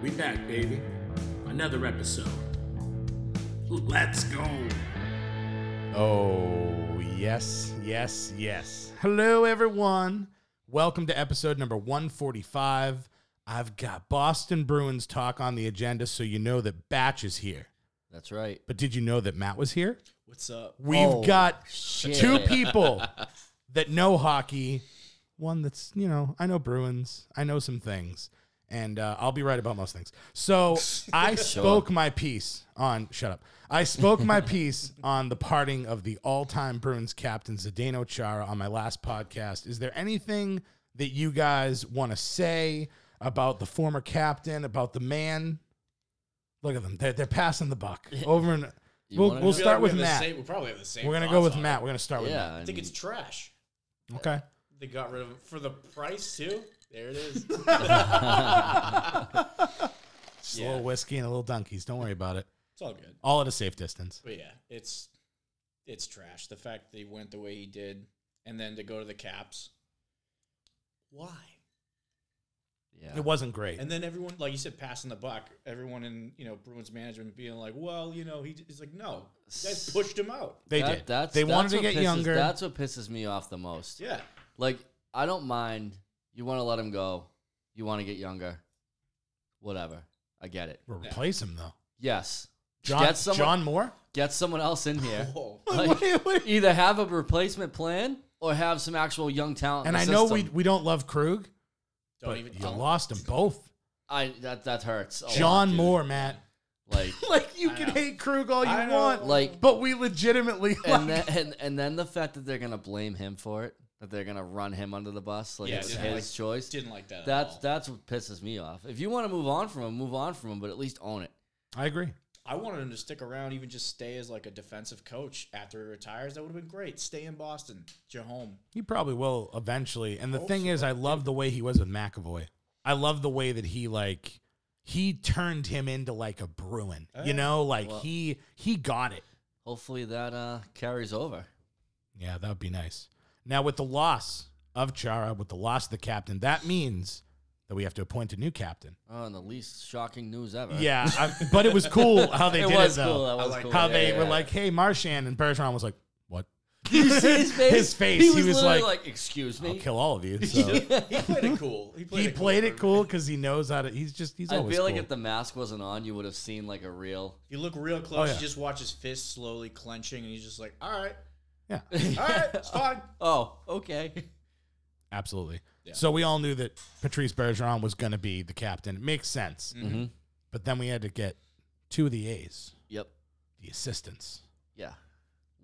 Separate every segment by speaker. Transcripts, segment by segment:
Speaker 1: We back, baby. Another episode. Let's go.
Speaker 2: Oh, yes, yes, yes. Hello, everyone. Welcome to episode number 145. I've got Boston Bruins talk on the agenda, so you know that Batch is here.
Speaker 3: That's right.
Speaker 2: But did you know that Matt was here?
Speaker 3: What's up?
Speaker 2: We've got two people that know hockey. One that's, you know, I know Bruins, I know some things, and uh, I'll be right about most things. So I spoke my piece on, shut up. I spoke my piece on the parting of the all time Bruins captain, Zdeno Chara, on my last podcast. Is there anything that you guys want to say about the former captain, about the man? Look at them. They're, they're passing the buck over and. We'll,
Speaker 3: wanna
Speaker 2: we'll
Speaker 3: know?
Speaker 2: start with Matt.
Speaker 4: Same, we'll probably have the same.
Speaker 2: We're gonna go
Speaker 4: thoughts
Speaker 2: with
Speaker 4: on it.
Speaker 2: Matt. We're gonna start with
Speaker 3: Yeah.
Speaker 2: Matt.
Speaker 3: I
Speaker 4: I think
Speaker 3: mean,
Speaker 4: it's trash.
Speaker 2: Okay.
Speaker 4: They got rid of it for the price too. There it is.
Speaker 2: Just a little whiskey and a little donkeys. Don't worry about it.
Speaker 4: it's all good.
Speaker 2: All at a safe distance.
Speaker 4: But yeah, it's it's trash. The fact that he went the way he did, and then to go to the Caps. Why?
Speaker 3: yeah.
Speaker 2: It wasn't great.
Speaker 4: And then everyone, like you said, passing the buck. Everyone in you know Bruins management being like, well, you know, he, he's like, no, you guys pushed him out.
Speaker 2: they
Speaker 3: That-
Speaker 2: did. they wanted to
Speaker 3: what
Speaker 2: get
Speaker 3: pisses-
Speaker 2: younger.
Speaker 3: That's what pisses me off the most.
Speaker 4: Yeah,
Speaker 3: Like, I don't mind. You want to let him go. You want to get younger. Whatever. I get it.
Speaker 2: We'll replace him though.
Speaker 3: Yes.
Speaker 2: John,
Speaker 3: get someone.
Speaker 2: John Moore.
Speaker 3: Get someone else in here.
Speaker 4: Whoa.
Speaker 3: Like,
Speaker 2: Wait, wait.
Speaker 3: either have a replacement plan or have some actual young talent. in
Speaker 2: And
Speaker 3: the
Speaker 2: I know we,
Speaker 3: system.
Speaker 2: we don't love Krug,
Speaker 4: don't
Speaker 2: but
Speaker 4: even.
Speaker 2: you
Speaker 4: don't-
Speaker 2: lost them both.
Speaker 3: I that that hurts. a lot,
Speaker 2: John
Speaker 3: dude.
Speaker 2: Moore, Matt.
Speaker 3: Like
Speaker 2: Like you can hate Krug all
Speaker 4: I
Speaker 2: you
Speaker 4: know.
Speaker 2: want,
Speaker 3: Like-
Speaker 2: but we legitimately. like-
Speaker 3: and then and, and then the fact that they're gonna blame him for it, that they're gonna run him under the bus, like
Speaker 4: Yeah,
Speaker 3: it's
Speaker 4: yeah.
Speaker 3: his
Speaker 4: Like,
Speaker 3: choice.
Speaker 4: Didn't like that. at
Speaker 3: That's
Speaker 4: all.
Speaker 3: that's what pisses me off. If you want to move on from him, move on from him, but at least own it.
Speaker 2: I agree.
Speaker 4: I wanted him to stick around, even just stay as like a defensive coach after he retires. That would have been great. Stay in Boston. It's your home.
Speaker 2: He probably will eventually. And the thing is, I love the way he was with McAvoy. I love the way that he like he turned him into like a Bruin. you know, like
Speaker 3: Eh, Well-
Speaker 2: he he got it.
Speaker 3: Hopefully that uh, carries over.
Speaker 2: Yeah, that would be nice. Now with the loss of Chara, with the loss of the captain, that means that we have to appoint a new captain.
Speaker 3: Oh, and the least shocking news ever.
Speaker 2: Yeah, I, but it was cool how they
Speaker 3: it
Speaker 2: did
Speaker 3: was
Speaker 2: it though.
Speaker 3: cool. That was
Speaker 4: like
Speaker 3: cool.
Speaker 2: How
Speaker 3: Yeah,
Speaker 2: they
Speaker 3: yeah,
Speaker 2: were
Speaker 3: yeah.
Speaker 2: like, "Hey, Marchand," and Bergeron was like, "What?"
Speaker 3: you see his face?
Speaker 2: His face,
Speaker 3: He
Speaker 2: he
Speaker 3: was,
Speaker 2: was
Speaker 3: literally
Speaker 2: like-
Speaker 3: like, "Excuse me."
Speaker 2: I'll kill all of you. So.
Speaker 4: He played it cool. He played,
Speaker 2: He
Speaker 4: it,
Speaker 2: played
Speaker 4: cool.
Speaker 2: it cool because he knows how to. He's just he's
Speaker 3: I
Speaker 2: always.
Speaker 3: feel like
Speaker 2: cool.
Speaker 3: if the mask wasn't on, you would have seen like a real.
Speaker 4: If you look real close,
Speaker 2: Oh, yeah.
Speaker 4: you just watch his fist slowly clenching, and he's just like, "All right,
Speaker 2: yeah.
Speaker 4: all right, it's fine."
Speaker 3: Oh, okay.
Speaker 2: Absolutely. So we all knew that Patrice Bergeron was going to be the captain. It makes sense.
Speaker 3: Mm-hmm.
Speaker 2: But then we had to get two of the A's,
Speaker 3: Yep.
Speaker 2: the assistants,
Speaker 3: Yeah.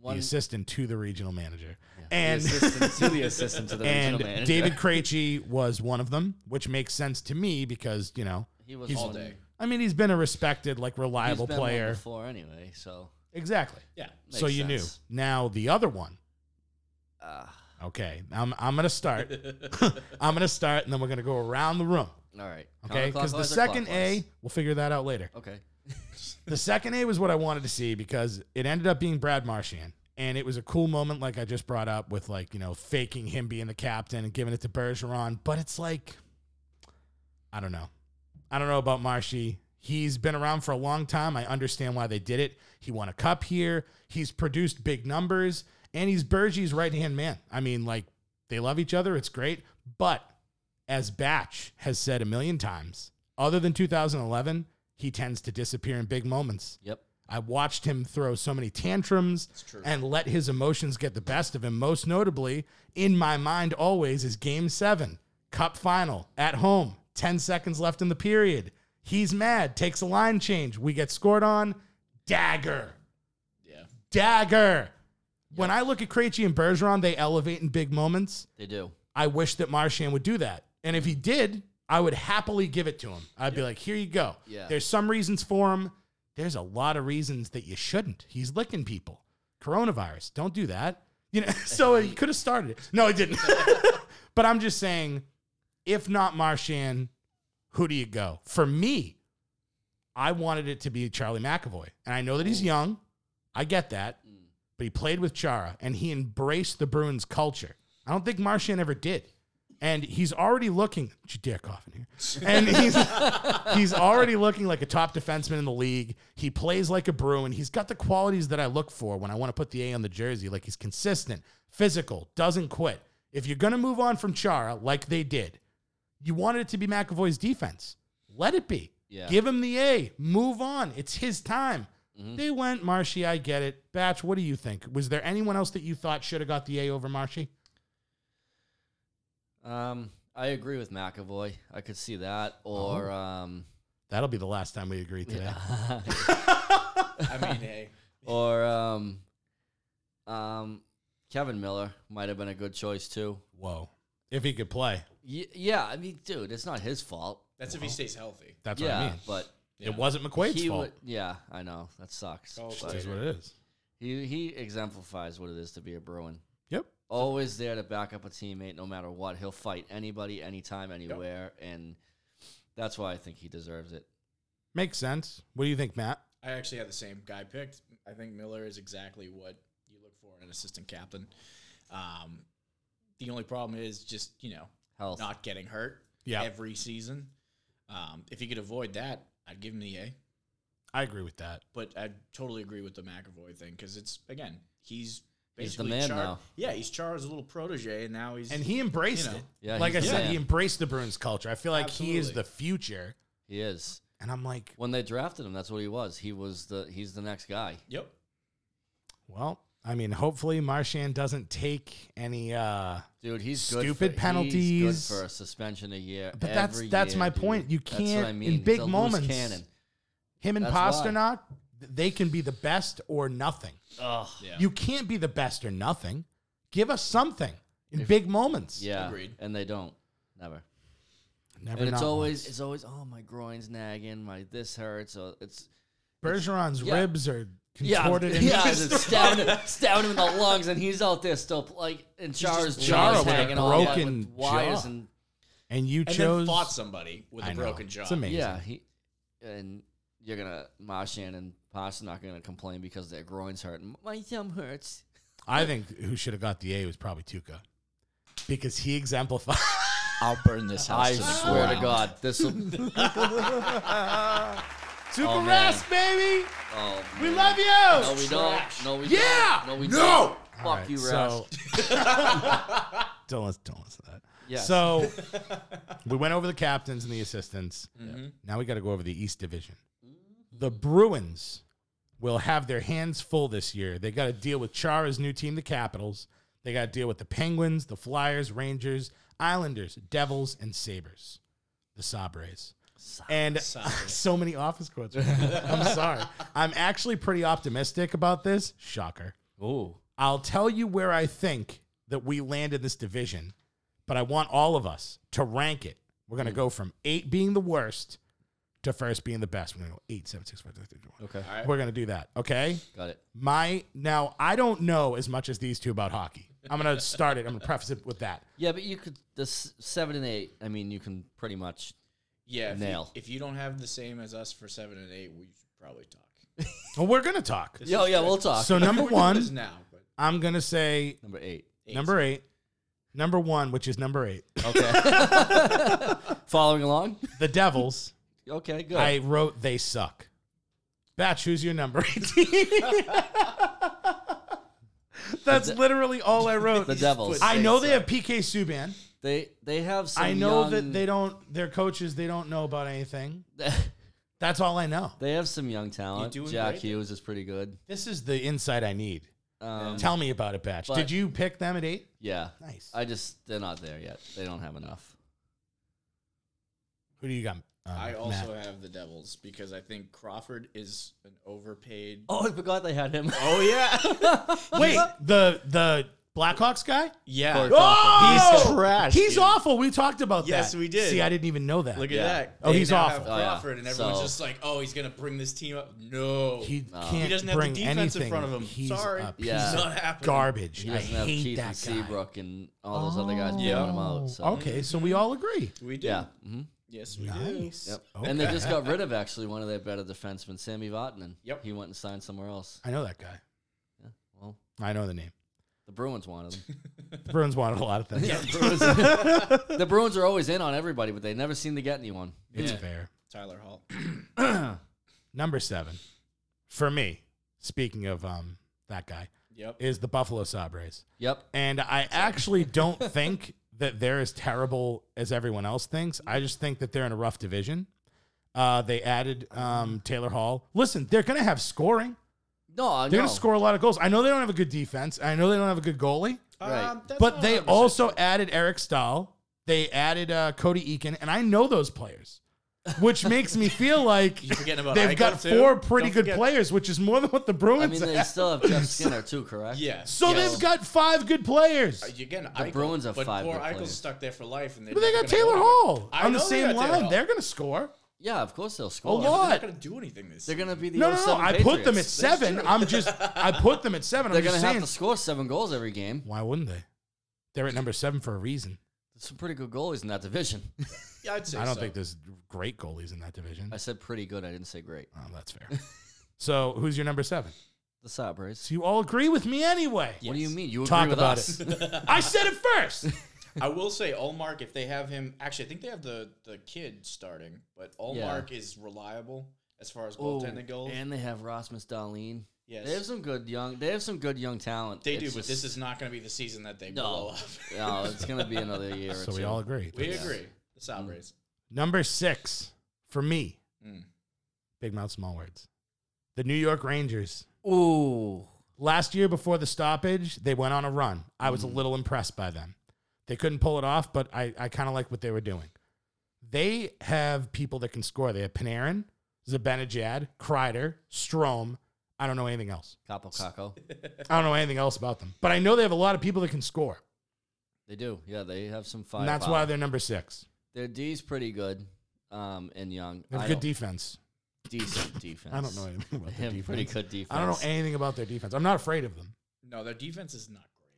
Speaker 3: One
Speaker 2: the assistant to the regional manager, and
Speaker 3: the assistant to the assistant to the
Speaker 2: and
Speaker 3: regional manager.
Speaker 2: David Krejci was one of them, which makes sense to me because you know
Speaker 3: he was
Speaker 2: he's-
Speaker 3: all
Speaker 4: day.
Speaker 2: I mean he's been a respected, like
Speaker 3: He's
Speaker 2: reliable
Speaker 3: been one
Speaker 2: player.
Speaker 3: before anyway, so
Speaker 2: Exactly.
Speaker 4: Yeah,
Speaker 2: so
Speaker 3: makes
Speaker 2: you
Speaker 3: sense.
Speaker 2: knew. Now the other one.
Speaker 3: uh,
Speaker 2: okay, I'm I'm gonna start. I'm gonna start, and then we're gonna go around the room.
Speaker 3: all right.
Speaker 2: Okay, because the
Speaker 3: Counterclockwise or
Speaker 2: second A,
Speaker 3: clockwise? Oh.
Speaker 2: we'll figure that out later.
Speaker 3: Okay.
Speaker 2: The second A was what I wanted to see because it ended up being Brad Marchand. And it was a cool moment, like I just brought up, with like, you know, faking him being the captain and giving it to Bergeron. But it's like, I don't know. I don't know about Marshy. He's been around for a long time. I understand why they did it. He won a cup here. He's produced big numbers, and he's Bergie's right hand man. I mean, like, they love each other. It's great. But as Batch has said a million times, other than 2011, he tends to disappear in big moments.
Speaker 3: Yep.
Speaker 2: I watched him throw so many tantrums and let his emotions get the best of him. Most notably, in my mind, always is game seven, cup final at home, 10 seconds left in the period. He's mad, takes a line change. We get scored on. Dagger.
Speaker 4: yeah.
Speaker 2: Dagger. When I look at Krejci and Bergeron, they elevate in big moments.
Speaker 3: They do.
Speaker 2: I wish that Marchand would do that. And if he did, I would happily give it to him. I'd be like, here you go.
Speaker 3: Yeah.
Speaker 2: There's some reasons for him. There's a lot of reasons that you shouldn't. He's licking people. Coronavirus. Don't do that. You know, so he could have started it. No, he didn't. but I'm just saying, if not Marshan, who do you go? For me, I wanted it to be Charlie McAvoy. And I know that he's young. I get that. But he played with Chara and he embraced the Bruins culture. I don't think Martian ever did. And he's already looking Did you dare cough in here. And he's he's already looking like a top defenseman in the league. He plays like a Bruin. He's got the qualities that I look for when I want to put the A on the jersey. Like he's consistent, physical, doesn't quit. If you're gonna move on from Chara, like they did, you wanted it to be McAvoy's defense. Let it be.
Speaker 3: Yeah.
Speaker 2: Give him the A. Move on. It's his time. They went Marshy. I get it. Batch, what do you think? Was there anyone else that you thought should have got the A over Marshy?
Speaker 3: Um, I agree with McAvoy. I could see that.
Speaker 2: Oh.
Speaker 3: Or um,
Speaker 2: That'll be the last time we agree today.
Speaker 4: I mean, hey,
Speaker 3: or um, um, Kevin Miller might have been a good choice too.
Speaker 2: Whoa. If he could play,
Speaker 3: Y- yeah, I mean, dude, it's not his fault.
Speaker 4: that's if
Speaker 2: Uh-huh.
Speaker 4: he stays healthy.
Speaker 2: that's
Speaker 3: yeah,
Speaker 2: what I mean.
Speaker 3: but
Speaker 2: It wasn't McQuaid's
Speaker 3: he
Speaker 2: fault.
Speaker 3: would. Yeah, I know that sucks.
Speaker 4: Oh,
Speaker 3: but
Speaker 2: It is what it is.
Speaker 3: he he exemplifies what it is to be a Bruin.
Speaker 2: Yep.
Speaker 3: Always there to back up a teammate, no matter what. He'll fight anybody, anytime, anywhere, and that's why I think he deserves it.
Speaker 2: Makes sense. What do you think, Matt?
Speaker 4: I actually had the same guy picked. I think Miller is exactly what you look for in an assistant captain. Um, the only problem is just you know
Speaker 3: Health.
Speaker 4: not getting hurt
Speaker 2: Yeah.
Speaker 4: every season. Um, if you could avoid that, I'd give him the A.
Speaker 2: I agree with that.
Speaker 4: But I totally agree with the McAvoy thing because it's again he's
Speaker 3: He's the
Speaker 4: basically
Speaker 3: man
Speaker 4: Char-
Speaker 3: now.
Speaker 4: Yeah, he's Char's little protege, and now he's
Speaker 2: And he embraced
Speaker 4: You know.
Speaker 2: it.
Speaker 3: Yeah,
Speaker 2: like I
Speaker 3: he's-
Speaker 2: said,
Speaker 3: yeah.
Speaker 2: he embraced the Bruins culture. I feel like he is
Speaker 4: Absolutely.
Speaker 2: the future.
Speaker 3: He is.
Speaker 2: And I'm like,
Speaker 3: When they drafted him, that's what he was. He was the he's the next guy.
Speaker 4: yep.
Speaker 2: well, I mean, hopefully Marchand doesn't take any uh
Speaker 3: Dude, he's good
Speaker 2: Stupid
Speaker 3: for,
Speaker 2: penalties.
Speaker 3: He's good for a suspension a year.
Speaker 2: But that's-
Speaker 3: every
Speaker 2: that's
Speaker 3: year,
Speaker 2: my
Speaker 3: dude.
Speaker 2: point. You
Speaker 3: That's what
Speaker 2: can't-
Speaker 3: I
Speaker 2: in
Speaker 3: mean. He's
Speaker 2: big
Speaker 3: a loose
Speaker 2: moments-
Speaker 3: Cannon.
Speaker 2: him and
Speaker 3: That's why.
Speaker 2: Pasternak, th- they can be the best or nothing.
Speaker 3: Ugh.
Speaker 4: Yeah.
Speaker 2: You can't be the best or nothing. Give us something in big moments.
Speaker 3: Yeah.
Speaker 4: Agreed.
Speaker 3: And they don't. Never.
Speaker 2: Never
Speaker 3: and it's
Speaker 2: not
Speaker 3: always
Speaker 2: once.
Speaker 3: it's always oh my groin's nagging, my this hurts. Oh, it's
Speaker 2: Bergeron's
Speaker 3: yeah.
Speaker 2: ribs are
Speaker 3: yeah,
Speaker 2: contorted. and
Speaker 3: yeah, it's stabbing, him- stabbing him in the lungs, and he's out there still like and Chara's
Speaker 2: just Chara
Speaker 3: jaw's
Speaker 2: with a
Speaker 3: hanging all out
Speaker 2: broken
Speaker 3: with wires
Speaker 2: jaw.
Speaker 3: and
Speaker 2: And you
Speaker 4: And
Speaker 2: chose
Speaker 4: then fought somebody with
Speaker 2: I
Speaker 4: a
Speaker 2: know.
Speaker 4: broken jaw.
Speaker 2: It's amazing.
Speaker 3: yeah he and you're gonna Marshan and Pasternak are gonna complain because their groins hurt. My thumb hurts.
Speaker 2: I think who should have got the A was probably Tuca. Because he exemplified
Speaker 4: I'll burn this house.
Speaker 3: I swear to God, this will
Speaker 2: Super
Speaker 3: Oh, man.
Speaker 2: Rest, baby.
Speaker 3: Oh,
Speaker 2: We
Speaker 3: man.
Speaker 2: love you.
Speaker 3: No, we don't. No, we
Speaker 2: Yeah!
Speaker 3: don't. No, we
Speaker 2: No!
Speaker 3: don't. Fuck
Speaker 2: All right,
Speaker 3: you, Rest.
Speaker 2: so- don't listen, don't listen to that.
Speaker 3: Yes.
Speaker 2: So we went over the captains and the assistants.
Speaker 4: Mm-hmm.
Speaker 2: Now we got to go over the East Division. The Bruins will have their hands full this year. They got to deal with Chara's new team, the Capitals. They got to deal with the Penguins, the Flyers, Rangers, Islanders, Devils, and Sabres. The Sabres. And so many office quotes. I'm sorry. I'm actually pretty optimistic about this. Shocker.
Speaker 3: Ooh.
Speaker 2: I'll tell you where I think that we land in this division, but I want all of us to rank it. We're going to go from eight being the worst to first being the best. We're going to go eight, seven, six, five, four, three, two, one.
Speaker 3: Okay.
Speaker 2: We're going to do that. Okay.
Speaker 3: Got it.
Speaker 2: My now, I don't know as much as these two about hockey. I'm going to start it. I'm going to preface it with that.
Speaker 3: Yeah, but you could the s- seven and eight. I mean, you can pretty much.
Speaker 4: Yeah, if
Speaker 3: Nail.
Speaker 4: You, if you don't have the same as us for seven and eight, we should probably talk.
Speaker 2: Well, we're going to talk.
Speaker 3: Yo, yeah, we'll talk.
Speaker 2: So number
Speaker 4: It is
Speaker 2: one,
Speaker 4: now, but
Speaker 2: I'm going to say
Speaker 3: Number eight.
Speaker 2: number eight, number one, which is number eight,
Speaker 3: Okay. Following along.
Speaker 2: the Devils.
Speaker 3: Okay, good.
Speaker 2: I wrote they suck. Batch, who's your number 18? That's literally all I wrote.
Speaker 3: the Devils.
Speaker 2: I know they have PK Subban.
Speaker 3: they they have. Some
Speaker 2: I know that
Speaker 3: young-
Speaker 2: they don't their coaches they don't know about anything.
Speaker 3: they
Speaker 2: That's all I know.
Speaker 3: have some young talent.
Speaker 4: doing
Speaker 3: Jack
Speaker 4: great.
Speaker 3: Hughes is pretty good.
Speaker 2: This is the insight I need.
Speaker 3: Um,
Speaker 2: Tell me about it, Batch.
Speaker 3: but-
Speaker 2: Did you pick them at 8?
Speaker 3: yeah.
Speaker 2: Nice.
Speaker 3: I just they're not there yet. They don't have enough.
Speaker 2: Who do you got? uh,
Speaker 4: I also
Speaker 2: Matt?
Speaker 4: have the Devils because I think Crawford is an overpaid.
Speaker 3: Oh, I forgot they had him.
Speaker 4: yeah,
Speaker 2: Wait, the the Blackhawks guy?
Speaker 4: Yeah.
Speaker 3: Corey
Speaker 2: Oh!
Speaker 4: He's trash,
Speaker 2: He's
Speaker 4: dude.
Speaker 2: awful. We talked about
Speaker 4: Yes,
Speaker 2: that.
Speaker 4: we did.
Speaker 2: See, I didn't even know that.
Speaker 4: Look at
Speaker 3: Yeah.
Speaker 4: that.
Speaker 2: Oh,
Speaker 4: They
Speaker 2: he's
Speaker 4: now
Speaker 2: awful.
Speaker 4: Have
Speaker 3: Oh, yeah.
Speaker 4: Crawford, and everyone's
Speaker 3: So-
Speaker 4: just like, "Oh, he's gonna bring this team up." No,
Speaker 2: he can't
Speaker 3: He
Speaker 4: doesn't have the
Speaker 2: bring
Speaker 4: defense in
Speaker 2: anything.
Speaker 4: front of him.
Speaker 2: He's
Speaker 4: Sorry.
Speaker 2: a
Speaker 3: Yeah.
Speaker 2: piece
Speaker 4: It's
Speaker 2: of
Speaker 4: not happening.
Speaker 2: garbage.
Speaker 3: He
Speaker 2: I
Speaker 3: doesn't have
Speaker 2: hate
Speaker 3: Keith
Speaker 2: that guy. Oh.
Speaker 3: and Seabrook and all those other guys blowing him out. So.
Speaker 2: Okay, so we all agree.
Speaker 4: We do.
Speaker 3: Yeah. hmm
Speaker 4: Yes, we
Speaker 2: Nice.
Speaker 4: do.
Speaker 3: Yep.
Speaker 2: Okay.
Speaker 3: And they just got rid of actually one of their better defensemen, Sammy Vatanen.
Speaker 4: Yep.
Speaker 3: He went and signed somewhere else.
Speaker 2: I know that guy.
Speaker 3: Yeah. Well,
Speaker 2: I know the name.
Speaker 3: the Bruins wanted him.
Speaker 2: The Bruins wanted a lot of things.
Speaker 3: Yeah, the, Bruins, the Bruins are always in on everybody, but they never seem to get anyone.
Speaker 2: It's
Speaker 4: Yeah.
Speaker 2: fair.
Speaker 4: Tyler Hall.
Speaker 2: Number seven, for me. Speaking of um that guy,
Speaker 4: Yep.
Speaker 2: is the Buffalo Sabres,
Speaker 3: Yep.
Speaker 2: and I actually don't think that they're as terrible as everyone else thinks. I just think that they're in a rough division. Uh, they added um, Taylor Hall. Listen, they're going to have scoring.
Speaker 3: No, I
Speaker 2: They're
Speaker 3: know.
Speaker 2: going to score a lot of goals. I know they don't have a good defense. I know they don't have a good goalie.
Speaker 3: Right.
Speaker 4: that's
Speaker 2: But
Speaker 4: not
Speaker 2: they
Speaker 4: 100%
Speaker 2: also added Eric Stahl. They added uh, Cody Eakin, and I know those players, which makes me feel like
Speaker 4: You forgetting about
Speaker 2: they've
Speaker 4: Eichel,
Speaker 2: got
Speaker 4: too?
Speaker 2: four pretty
Speaker 4: Don't
Speaker 2: good
Speaker 4: forget-
Speaker 2: players, which is more than what the
Speaker 3: I
Speaker 2: Bruins.
Speaker 3: mean, they
Speaker 2: have.
Speaker 3: still have Jeff Skinner too, correct?
Speaker 4: Yeah.
Speaker 2: so they've got five good players.
Speaker 4: again,
Speaker 3: The
Speaker 4: Eichel,
Speaker 3: Bruins have
Speaker 4: but
Speaker 3: five
Speaker 4: Poor
Speaker 3: good
Speaker 4: Eichel's
Speaker 3: players.
Speaker 4: stuck there for life, and
Speaker 2: But they got Taylor Hall on the same line. They're going to score
Speaker 3: Yeah, of course they'll
Speaker 2: a
Speaker 3: score.
Speaker 4: not
Speaker 2: lot.
Speaker 4: going to do anything this.
Speaker 3: They're
Speaker 4: season.
Speaker 3: going to be the
Speaker 2: No, no, no.
Speaker 3: 07
Speaker 2: I put them at
Speaker 3: Patriots.
Speaker 2: seven. I'm just, I put them at seven.
Speaker 3: They're
Speaker 2: I'm
Speaker 3: going
Speaker 2: just
Speaker 3: to have
Speaker 2: saying.
Speaker 3: to score seven goals every game.
Speaker 2: Why wouldn't they? They're at number seven for a reason.
Speaker 3: Some pretty good goalies in that division.
Speaker 4: Yeah, I'd say
Speaker 2: I don't
Speaker 4: so.
Speaker 2: think there's great goalies in that division.
Speaker 3: I said pretty good. I didn't say great.
Speaker 2: Oh, that's fair. so who's your number seven?
Speaker 3: The Sabres.
Speaker 2: So you all agree with me anyway.
Speaker 3: What do you
Speaker 4: Yes.
Speaker 3: mean? You agree
Speaker 2: Talk
Speaker 3: with
Speaker 2: about
Speaker 3: us?
Speaker 2: I said it first.
Speaker 4: I will say Allmark if they have him. Actually, I think they have the the kid starting, but Allmark is reliable as far as
Speaker 3: Ooh,
Speaker 4: goaltending goes.
Speaker 3: Oh, and they have Rasmus Dahlin.
Speaker 4: Yes.
Speaker 3: They have some good young. They have some good young talent.
Speaker 4: They do,
Speaker 3: It's
Speaker 4: but
Speaker 3: just-
Speaker 4: this is not going to be the season that they blow
Speaker 3: no,
Speaker 4: up.
Speaker 3: no. It's gonna be another year.
Speaker 2: so
Speaker 3: or
Speaker 2: we
Speaker 3: two.
Speaker 2: all agree.
Speaker 4: we
Speaker 2: That's-
Speaker 4: agree. The Sabres.
Speaker 2: Number six for me.
Speaker 4: Mm.
Speaker 2: Big mouth, small words. The New York Rangers.
Speaker 3: Ooh,
Speaker 2: Last year before the stoppage, they went on a run. I was a
Speaker 3: Mm.
Speaker 2: little impressed by them. They couldn't pull it off, but I, I kind of like what they were doing. They have people that can score. They have Panarin, Zibanejad, Kreider, Strom. I don't know anything else.
Speaker 3: Capo Caco.
Speaker 2: I don't know anything else about them, but I know they have a lot of people that can score.
Speaker 3: They do. Yeah, they have some fire.
Speaker 2: And that's why they're number six.
Speaker 3: their D's pretty good. Um, and young.
Speaker 2: They have
Speaker 3: I
Speaker 2: good
Speaker 3: don't-
Speaker 2: defense.
Speaker 3: decent defense.
Speaker 2: I don't know anything about
Speaker 3: They
Speaker 2: their
Speaker 3: have
Speaker 2: defense.
Speaker 3: pretty good defense.
Speaker 2: I don't know anything about their defense. I'm not afraid of them.
Speaker 3: Mm.
Speaker 4: No, their defense is not great.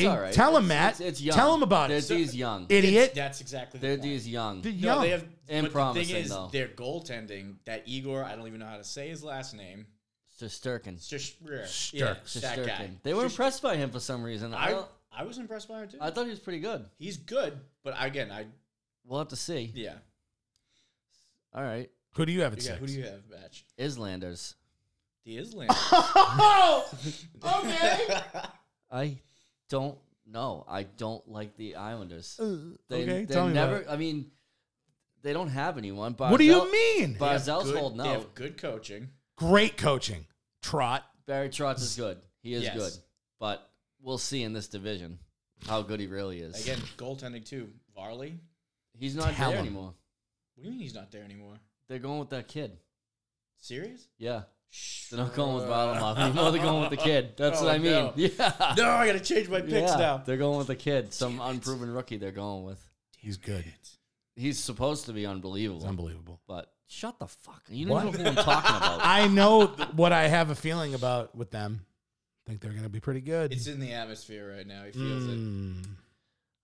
Speaker 2: See,
Speaker 3: all right.
Speaker 2: tell them,
Speaker 3: It's-
Speaker 2: Matt.
Speaker 3: it's- it's young.
Speaker 2: Tell them about
Speaker 3: Their
Speaker 2: it,
Speaker 3: D's young.
Speaker 2: idiot.
Speaker 4: That's exactly
Speaker 3: Their
Speaker 4: the point.
Speaker 3: D's young.
Speaker 2: They're
Speaker 4: No,
Speaker 2: young.
Speaker 4: they have.
Speaker 3: And
Speaker 4: but the thing
Speaker 3: promising,
Speaker 4: is,
Speaker 3: though.
Speaker 4: their goaltending. That Igor, I don't even know how to say his last name.
Speaker 3: Sisterkin.
Speaker 4: Stish, yeah,
Speaker 2: Sturk.
Speaker 4: that guy.
Speaker 3: They were
Speaker 4: Stish-
Speaker 3: impressed by him for some reason. I
Speaker 4: I
Speaker 3: don't,
Speaker 4: I was impressed by him too.
Speaker 3: I thought he was pretty good.
Speaker 4: He's good, but again, I
Speaker 3: We'll have to see.
Speaker 4: yeah.
Speaker 3: All right,
Speaker 2: Who do you have at six?
Speaker 4: Yeah, who do you have, Batch?
Speaker 3: Islanders.
Speaker 4: The Island.
Speaker 2: Oh! okay.
Speaker 3: I don't know. I don't like the Islanders. They,
Speaker 2: Uh, okay,
Speaker 3: they
Speaker 2: tell me about
Speaker 3: never. I mean, they don't have anyone. Barzell,
Speaker 2: What do you mean?
Speaker 3: Barzell's holding
Speaker 4: they
Speaker 3: out.
Speaker 4: have good coaching.
Speaker 2: Great coaching. Trot.
Speaker 3: Barry Trotz is good. He is
Speaker 4: Yes.
Speaker 3: good, but we'll see in this division how good he really is.
Speaker 4: Again, goaltending too. Varley.
Speaker 3: he's not
Speaker 2: tell
Speaker 3: there
Speaker 2: him.
Speaker 3: anymore.
Speaker 4: What do you mean he's not there anymore?
Speaker 3: They're going with that kid.
Speaker 4: Serious?
Speaker 3: Yeah, they're not going with Bottomoff anymore. They're going with the kid. That's
Speaker 4: Uh, Oh,
Speaker 3: what I mean.
Speaker 4: no.
Speaker 3: Yeah.
Speaker 4: No, I gotta change my picks
Speaker 3: Yeah,
Speaker 4: now.
Speaker 3: they're going with the kid, some unproven rookie. They're going with.
Speaker 2: He's good.
Speaker 3: He's supposed to be unbelievable.
Speaker 2: It's unbelievable.
Speaker 3: But shut the fuck. You don't know who I'm talking about.
Speaker 2: I know th- what I have a feeling about with them. I think they're going to be pretty good.
Speaker 4: It's in the atmosphere right now. He feels it.
Speaker 2: Mm.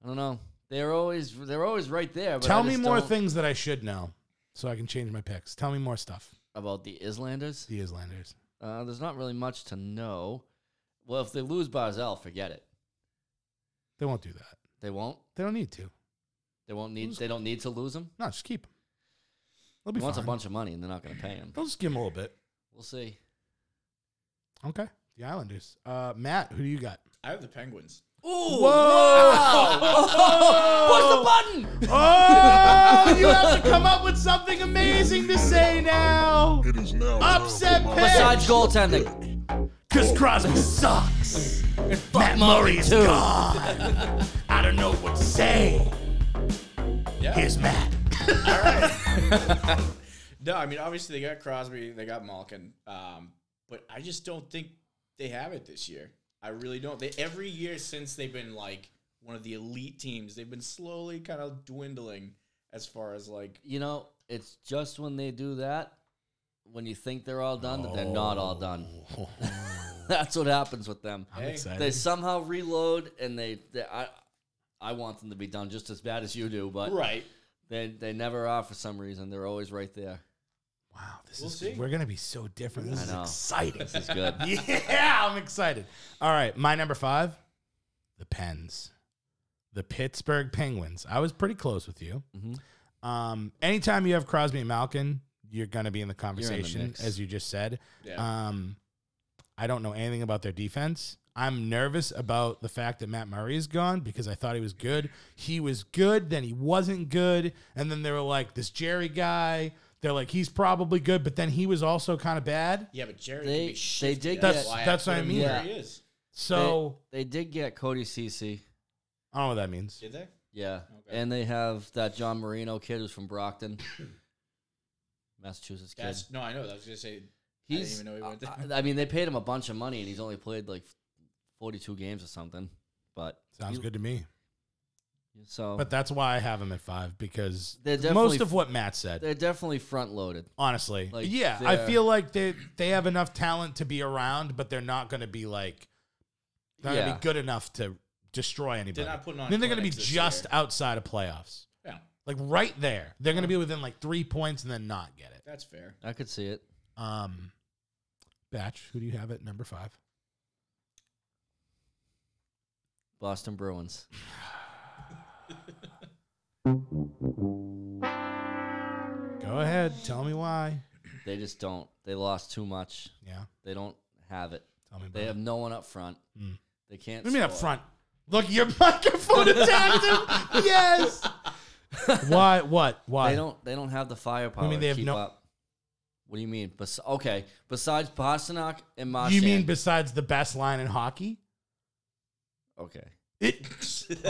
Speaker 3: I don't know. They're always they're always right there. But I
Speaker 2: Tell me
Speaker 3: just
Speaker 2: more
Speaker 3: don't-
Speaker 2: things that I should know so I can change my picks. Tell me more stuff.
Speaker 3: about the Islanders.
Speaker 2: The Islanders.
Speaker 3: Uh, there's not really much to know. Well, if they lose Barzell, forget it.
Speaker 2: They won't do that.
Speaker 3: They won't.
Speaker 2: They don't need to.
Speaker 3: They won't need. They don't need to lose him.
Speaker 2: No, just keep them. They'll
Speaker 3: He
Speaker 2: be
Speaker 3: wants a
Speaker 2: fine.
Speaker 3: bunch of money, and they're not going to pay him.
Speaker 2: They'll just give them a little bit.
Speaker 3: We'll see.
Speaker 2: Okay. The Islanders. Uh, Matt, who do you got?
Speaker 4: I have the Penguins.
Speaker 3: Ooh!
Speaker 2: Whoa!
Speaker 3: Push the button.
Speaker 2: Oh, you have to come up with something amazing to say now.
Speaker 5: It is now.
Speaker 2: Upset pick.
Speaker 3: Besides goaltending,
Speaker 2: Because Crosby sucks. Matt Murray is gone. I don't know what to say.
Speaker 4: Yeah.
Speaker 2: Here's Matt.
Speaker 4: No, I mean obviously they got Crosby, they got Malkin, um, but I just don't think they have it this year. I really don't. They, every year since they've been like one of the elite teams, they've been slowly kind of dwindling as far as like
Speaker 3: You know, it's just when they do that, when you think they're all done, that they're not all done. That's what happens with them.
Speaker 2: I'm
Speaker 4: Hey.
Speaker 2: excited.
Speaker 3: They somehow reload, and they, they I, I want them to be done just as bad as you do, but
Speaker 4: right.
Speaker 3: they they never are for some reason. They're always right there.
Speaker 2: wow, this
Speaker 4: We'll
Speaker 2: is
Speaker 4: see.
Speaker 2: we're gonna be so different. This
Speaker 3: I
Speaker 2: is
Speaker 3: know.
Speaker 2: exciting.
Speaker 3: It's good.
Speaker 2: yeah, I'm excited. All right, my number five, the Pens, the Pittsburgh Penguins. I was pretty close with you.
Speaker 3: Mhm.
Speaker 2: Um, anytime you have Crosby and Malkin, you're going to be in the
Speaker 3: the
Speaker 2: conversation,
Speaker 3: mix.
Speaker 2: as you just said.
Speaker 4: Yeah.
Speaker 3: uh,
Speaker 2: Um, I don't know anything about their defense. I'm nervous about the fact that Matt Murray is gone because I thought he was good. He was good, then he wasn't good, and then they were like this Jerry guy. They're like he's probably good, but then he was also kind of bad.
Speaker 4: yeah, but Jerry
Speaker 3: They-
Speaker 4: can
Speaker 3: they
Speaker 4: be shifty.
Speaker 3: did
Speaker 2: That's-
Speaker 4: why I
Speaker 2: that's
Speaker 4: put
Speaker 2: what I
Speaker 4: him
Speaker 2: mean.
Speaker 4: Where
Speaker 3: Yeah.
Speaker 4: he is.
Speaker 2: So
Speaker 3: They did get Cody Cece.
Speaker 2: I don't know what that means.
Speaker 4: Did they?
Speaker 3: Yeah.
Speaker 4: Okay.
Speaker 3: And they have that John Marino kid who's from Brockton, Massachusetts kid.
Speaker 4: That's no, I know. I was gonna say I didn't
Speaker 3: he's,
Speaker 4: even know he went there.
Speaker 3: I, I mean, they paid him a bunch of money and he's only played like 42 games or something. But
Speaker 2: Sounds
Speaker 3: he-
Speaker 2: good to me.
Speaker 3: So
Speaker 2: But that's why I have him at five because
Speaker 3: They're
Speaker 2: most
Speaker 3: definitely-
Speaker 2: of what Matt said,
Speaker 3: they're definitely front loaded.
Speaker 2: honestly,
Speaker 3: like,
Speaker 2: yeah, I
Speaker 3: they're-
Speaker 2: feel like they they have enough talent to be around, but they're not going to be like they're not going
Speaker 3: Yeah.
Speaker 2: to be good enough to destroy anybody.
Speaker 4: not putting on
Speaker 2: then they're going to be
Speaker 4: clinics this
Speaker 2: just
Speaker 4: year.
Speaker 2: outside of playoffs,
Speaker 4: Yeah,
Speaker 2: like right there. They're going to be within like three points and then not get it.
Speaker 4: that's fair.
Speaker 3: I could see it.
Speaker 2: Um, Batch, who do you have at number five?
Speaker 3: Boston Bruins.
Speaker 2: Go ahead, tell me why.
Speaker 3: They just don't. They lost too much.
Speaker 2: Yeah,
Speaker 3: They don't have it.
Speaker 2: tell me. About
Speaker 3: They have no one up front. They can't.
Speaker 2: Mm. What do you mean up
Speaker 3: score.
Speaker 2: front? Look, your microphone attacked him. Yes. Why? What? Why?
Speaker 3: They don't. They don't have the firepower.
Speaker 2: You mean they
Speaker 3: to
Speaker 2: have
Speaker 3: keep
Speaker 2: no-
Speaker 3: Up. What do you mean? Bes- okay, besides Pasternak and Marchand.
Speaker 2: You mean besides the best line in hockey?
Speaker 3: okay?
Speaker 2: It,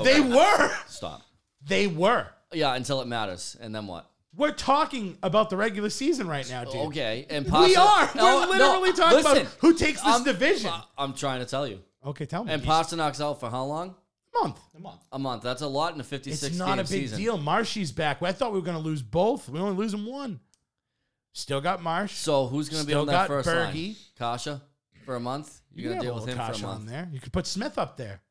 Speaker 2: They were.
Speaker 3: Stop.
Speaker 2: They were.
Speaker 3: Yeah, until it matters, and then what?
Speaker 2: We're talking about the regular season right now, dude.
Speaker 3: Okay, and Pasternak.
Speaker 2: We are. We're literally talking about who takes this
Speaker 3: I'm-
Speaker 2: division. Oh,
Speaker 3: I- I'm trying to tell you.
Speaker 2: okay, tell me.
Speaker 3: And Pasternak's out for how long?
Speaker 2: month.
Speaker 4: A month.
Speaker 3: A month. That's a lot in a 56
Speaker 2: It's not a
Speaker 3: game
Speaker 2: big
Speaker 3: season.
Speaker 2: deal. Marshy's back. I thought we were going to lose both. We only lose them one. Still got Marsh.
Speaker 3: So who's going to be
Speaker 2: Still
Speaker 3: on that
Speaker 2: got
Speaker 3: first line?
Speaker 2: Berge.
Speaker 3: Kasha for a month. You're
Speaker 2: can
Speaker 3: going to
Speaker 2: have
Speaker 3: deal
Speaker 2: a
Speaker 3: with him
Speaker 2: little
Speaker 3: for a
Speaker 2: Kasha on
Speaker 3: month.
Speaker 2: there. You could put Smith up there.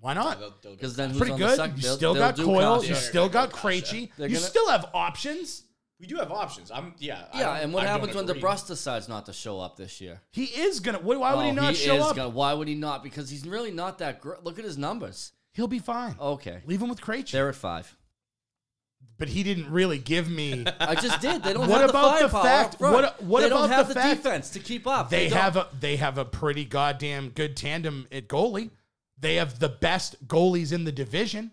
Speaker 2: Why not?
Speaker 4: They'll- they'll get
Speaker 3: Because then who's
Speaker 2: pretty
Speaker 3: on
Speaker 2: good.
Speaker 3: the second?
Speaker 2: you still got Coyle. You
Speaker 4: Kasha.
Speaker 2: still got
Speaker 4: They're gonna do
Speaker 2: Krejci.
Speaker 3: Kasha.
Speaker 2: You
Speaker 3: They're
Speaker 2: still have options.
Speaker 4: We do have options. I'm yeah. I
Speaker 3: Yeah,
Speaker 4: don't-
Speaker 3: and what
Speaker 4: I don't
Speaker 3: happens when
Speaker 4: agree.
Speaker 3: DeBrus decides not to show up this year?
Speaker 2: He is gonna. Why why would he
Speaker 3: Oh,
Speaker 2: not show
Speaker 3: is
Speaker 2: up?
Speaker 3: gonna- why would he not? Because he's really not that great. Look at his numbers.
Speaker 2: He'll be fine.
Speaker 3: Okay,
Speaker 2: Leave him with Krejci.
Speaker 3: they're at five.
Speaker 2: but he didn't really give me.
Speaker 3: I just did. They don't.
Speaker 2: What
Speaker 3: have
Speaker 2: about the
Speaker 3: the, firepower
Speaker 2: fact-
Speaker 3: up front.
Speaker 2: what- what
Speaker 3: they
Speaker 2: about
Speaker 3: don't have
Speaker 2: the
Speaker 3: the,
Speaker 2: fact
Speaker 3: defense to keep up?
Speaker 2: they
Speaker 3: don't.
Speaker 2: have a they have a pretty goddamn good tandem at goalie. They have the best goalies in the division.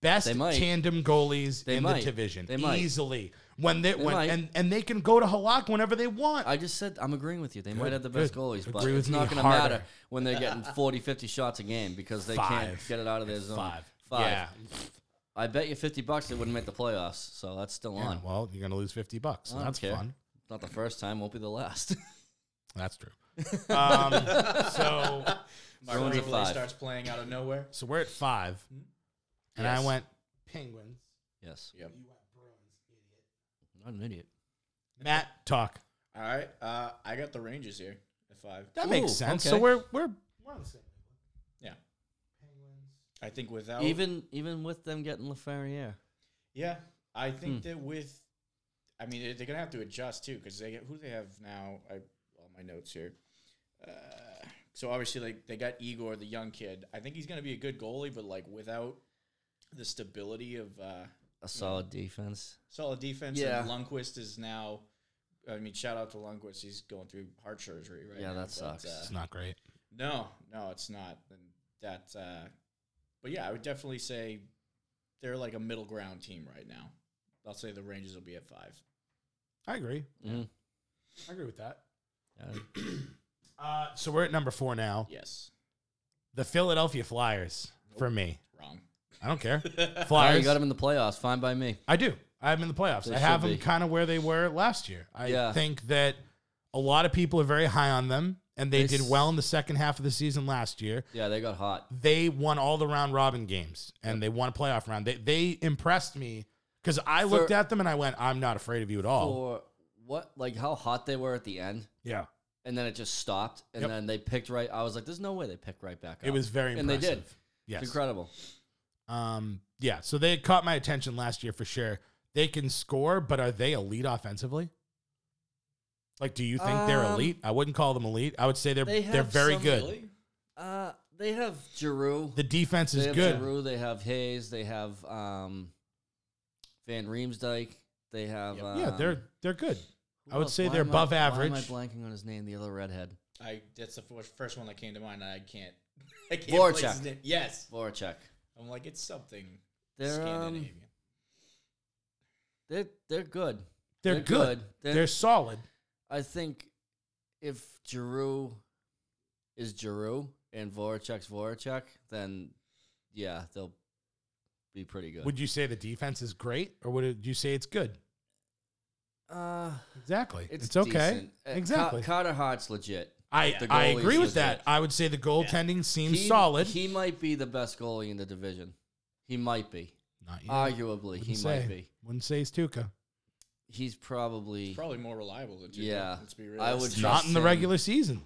Speaker 2: Best
Speaker 3: They might.
Speaker 2: tandem goalies
Speaker 3: They
Speaker 2: in
Speaker 3: might.
Speaker 2: the division
Speaker 3: They might.
Speaker 2: easily when they, when
Speaker 3: might.
Speaker 2: and and they can go to Halak whenever they want.
Speaker 3: I just said I'm agreeing with you. They might have the best
Speaker 2: good.
Speaker 3: goalies, but
Speaker 2: Agree with
Speaker 3: it's not
Speaker 2: me
Speaker 3: going to
Speaker 2: harder.
Speaker 3: matter when they're getting 40, 50 shots a game because they
Speaker 2: Five.
Speaker 3: can't get it out of their zone.
Speaker 2: five.
Speaker 3: Five.
Speaker 2: Yeah.
Speaker 3: I bet you 50 bucks they wouldn't make the playoffs, so that's still
Speaker 2: Yeah,
Speaker 3: on.
Speaker 2: Well, you're gonna lose fifty bucks. So
Speaker 3: I don't
Speaker 2: that's
Speaker 3: care.
Speaker 2: fun.
Speaker 3: Not the first time, won't be the last.
Speaker 2: That's true. Um, so
Speaker 4: Mark
Speaker 3: Bruins are
Speaker 4: Tripoli
Speaker 3: five.
Speaker 4: starts playing out of nowhere.
Speaker 2: so we're at five, and I
Speaker 4: Yes.
Speaker 2: went Penguins.
Speaker 3: yes.
Speaker 4: Yep.
Speaker 3: Not an idiot.
Speaker 2: Matt, talk.
Speaker 4: All right. Uh, I got the Rangers here at five.
Speaker 2: That
Speaker 3: Ooh,
Speaker 2: makes sense. So
Speaker 3: okay.
Speaker 2: we're we're we're on the same.
Speaker 4: Yeah. I think without
Speaker 3: Even even with them getting LaFerriere.
Speaker 4: yeah, I think
Speaker 3: Hmm.
Speaker 4: that with, I mean, they're gonna have to adjust too because they get who do they have now. I all my notes here. Uh, so obviously, like they got Igor, the young kid. I think he's gonna be a good goalie, but like without the stability of uh,
Speaker 3: A solid defense.
Speaker 4: solid defense,
Speaker 3: Yeah.
Speaker 4: and Lundqvist is now. I mean, shout out to Lundqvist. He's going through heart surgery right
Speaker 3: Yeah,
Speaker 4: now,
Speaker 3: that
Speaker 4: but,
Speaker 3: sucks.
Speaker 4: uh,
Speaker 2: It's not great.
Speaker 4: No, no, it's not. And that, uh, but yeah, I would definitely say they're like a middle ground team right now. I'll say the Rangers will be at five.
Speaker 2: I agree.
Speaker 3: Mhm.
Speaker 2: I agree with that.
Speaker 3: Yeah.
Speaker 2: Uh, so we're at number four now.
Speaker 4: Yes,
Speaker 2: The Philadelphia Flyers for me.
Speaker 4: wrong.
Speaker 2: I don't care.
Speaker 3: All right,
Speaker 2: Flyers.
Speaker 3: you got them in the playoffs. Fine by me.
Speaker 2: I do. I have them in the playoffs.
Speaker 3: They
Speaker 2: I have
Speaker 3: should
Speaker 2: them
Speaker 3: be.
Speaker 2: kind of where they were last year. I
Speaker 3: Yeah.
Speaker 2: think that a lot of people are very high on them, and they
Speaker 3: They
Speaker 2: did
Speaker 3: s-
Speaker 2: well in the second half of the season last year.
Speaker 3: Yeah, they got hot.
Speaker 2: They won all the round robin games and they won a playoff round. They they impressed me because I looked at them and I went, I'm not afraid of you at all.
Speaker 3: For what, like how hot they were at the end,
Speaker 2: yeah.
Speaker 3: and then it just stopped, and
Speaker 2: Yep.
Speaker 3: then they picked right. I was like, "There's no way they picked right back up."
Speaker 2: It was very
Speaker 3: and
Speaker 2: impressive.
Speaker 3: they did.
Speaker 2: Yes.
Speaker 3: It's incredible.
Speaker 2: Um, yeah, so they caught my attention last year for sure. They can score, but are they elite offensively? Like, do you think they're
Speaker 3: Um,
Speaker 2: elite? I wouldn't call them elite. I would say they're
Speaker 3: they
Speaker 2: they are
Speaker 3: have
Speaker 2: very
Speaker 3: some
Speaker 2: good.
Speaker 4: Really?
Speaker 3: Uh, they have Giroux.
Speaker 2: The defense
Speaker 3: they
Speaker 2: is
Speaker 3: have
Speaker 2: good.
Speaker 3: Giroux. They have Hayes. They have um, Van Riemsdyk. They have um,
Speaker 2: yeah, they're they're good.
Speaker 3: who
Speaker 2: I would
Speaker 3: else?
Speaker 2: say
Speaker 3: Why
Speaker 2: they're
Speaker 3: am I-
Speaker 2: above
Speaker 3: Why am I
Speaker 2: average.
Speaker 3: blanking on his name? The other redhead,
Speaker 4: I that's the first, first one that came to mind. And I can't. I can't
Speaker 3: Voracek.
Speaker 4: place his name. Yes,
Speaker 3: Voracek.
Speaker 4: I'm like it's something
Speaker 3: They're um,
Speaker 4: Scandinavian.
Speaker 3: they're they're good.
Speaker 2: They're, good. They're,
Speaker 3: They're,
Speaker 2: solid.
Speaker 3: I think if Giroux is Giroux and Voracek's Voracek, then yeah, they'll be pretty good.
Speaker 2: Would you say the defense is great, or would you say it's good?
Speaker 3: uh,
Speaker 2: Exactly. It's,
Speaker 3: it's
Speaker 2: okay.
Speaker 3: decent. Uh, Ca-
Speaker 2: Exactly.
Speaker 3: Carter Hart's legit.
Speaker 2: I
Speaker 3: the
Speaker 2: I
Speaker 3: goalies
Speaker 2: agree with
Speaker 3: legit.
Speaker 2: that. I would say the goaltending seems
Speaker 3: He-
Speaker 2: solid.
Speaker 3: He might be the best goalie in the division. He might be.
Speaker 2: Not yet.
Speaker 3: Arguably,
Speaker 2: Wouldn't
Speaker 3: he
Speaker 2: say.
Speaker 3: might be.
Speaker 2: Wouldn't say Stuka.
Speaker 3: He's probably.
Speaker 4: Probably more reliable than Jimmy.
Speaker 3: Yeah,
Speaker 4: Let's be
Speaker 3: I would
Speaker 4: realistic.
Speaker 2: not
Speaker 3: trust
Speaker 2: in the
Speaker 3: him.
Speaker 2: regular season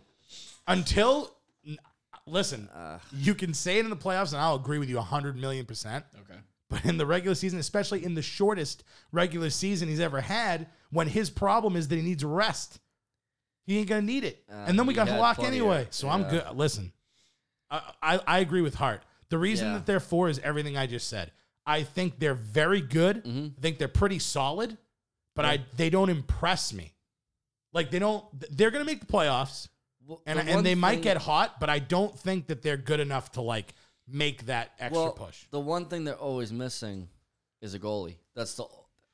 Speaker 2: until n- listen
Speaker 3: Uh,
Speaker 2: you can say it in the playoffs and i'll agree with you 100 million percent
Speaker 4: Okay.
Speaker 2: but in the regular season especially in the shortest regular season he's ever had when his problem is that he needs rest he ain't gonna need it
Speaker 3: Uh,
Speaker 2: and then we
Speaker 3: he
Speaker 2: got
Speaker 3: had
Speaker 2: Halak
Speaker 3: plenty
Speaker 2: anyway
Speaker 3: of-
Speaker 2: so i'm
Speaker 3: yeah.
Speaker 2: good listen I, I, I agree with hart the reason
Speaker 3: Yeah.
Speaker 2: that they're four is everything i just said i think they're very good
Speaker 3: Mhm.
Speaker 2: i think they're pretty solid but i they don't impress me like they don't they're gonna make the playoffs
Speaker 3: well,
Speaker 2: and,
Speaker 3: the one
Speaker 2: and they might
Speaker 3: thing-
Speaker 2: get hot, but I don't think that they're good enough to like make that extra
Speaker 3: well,
Speaker 2: push.
Speaker 3: The one thing they're always missing is a goalie. That's the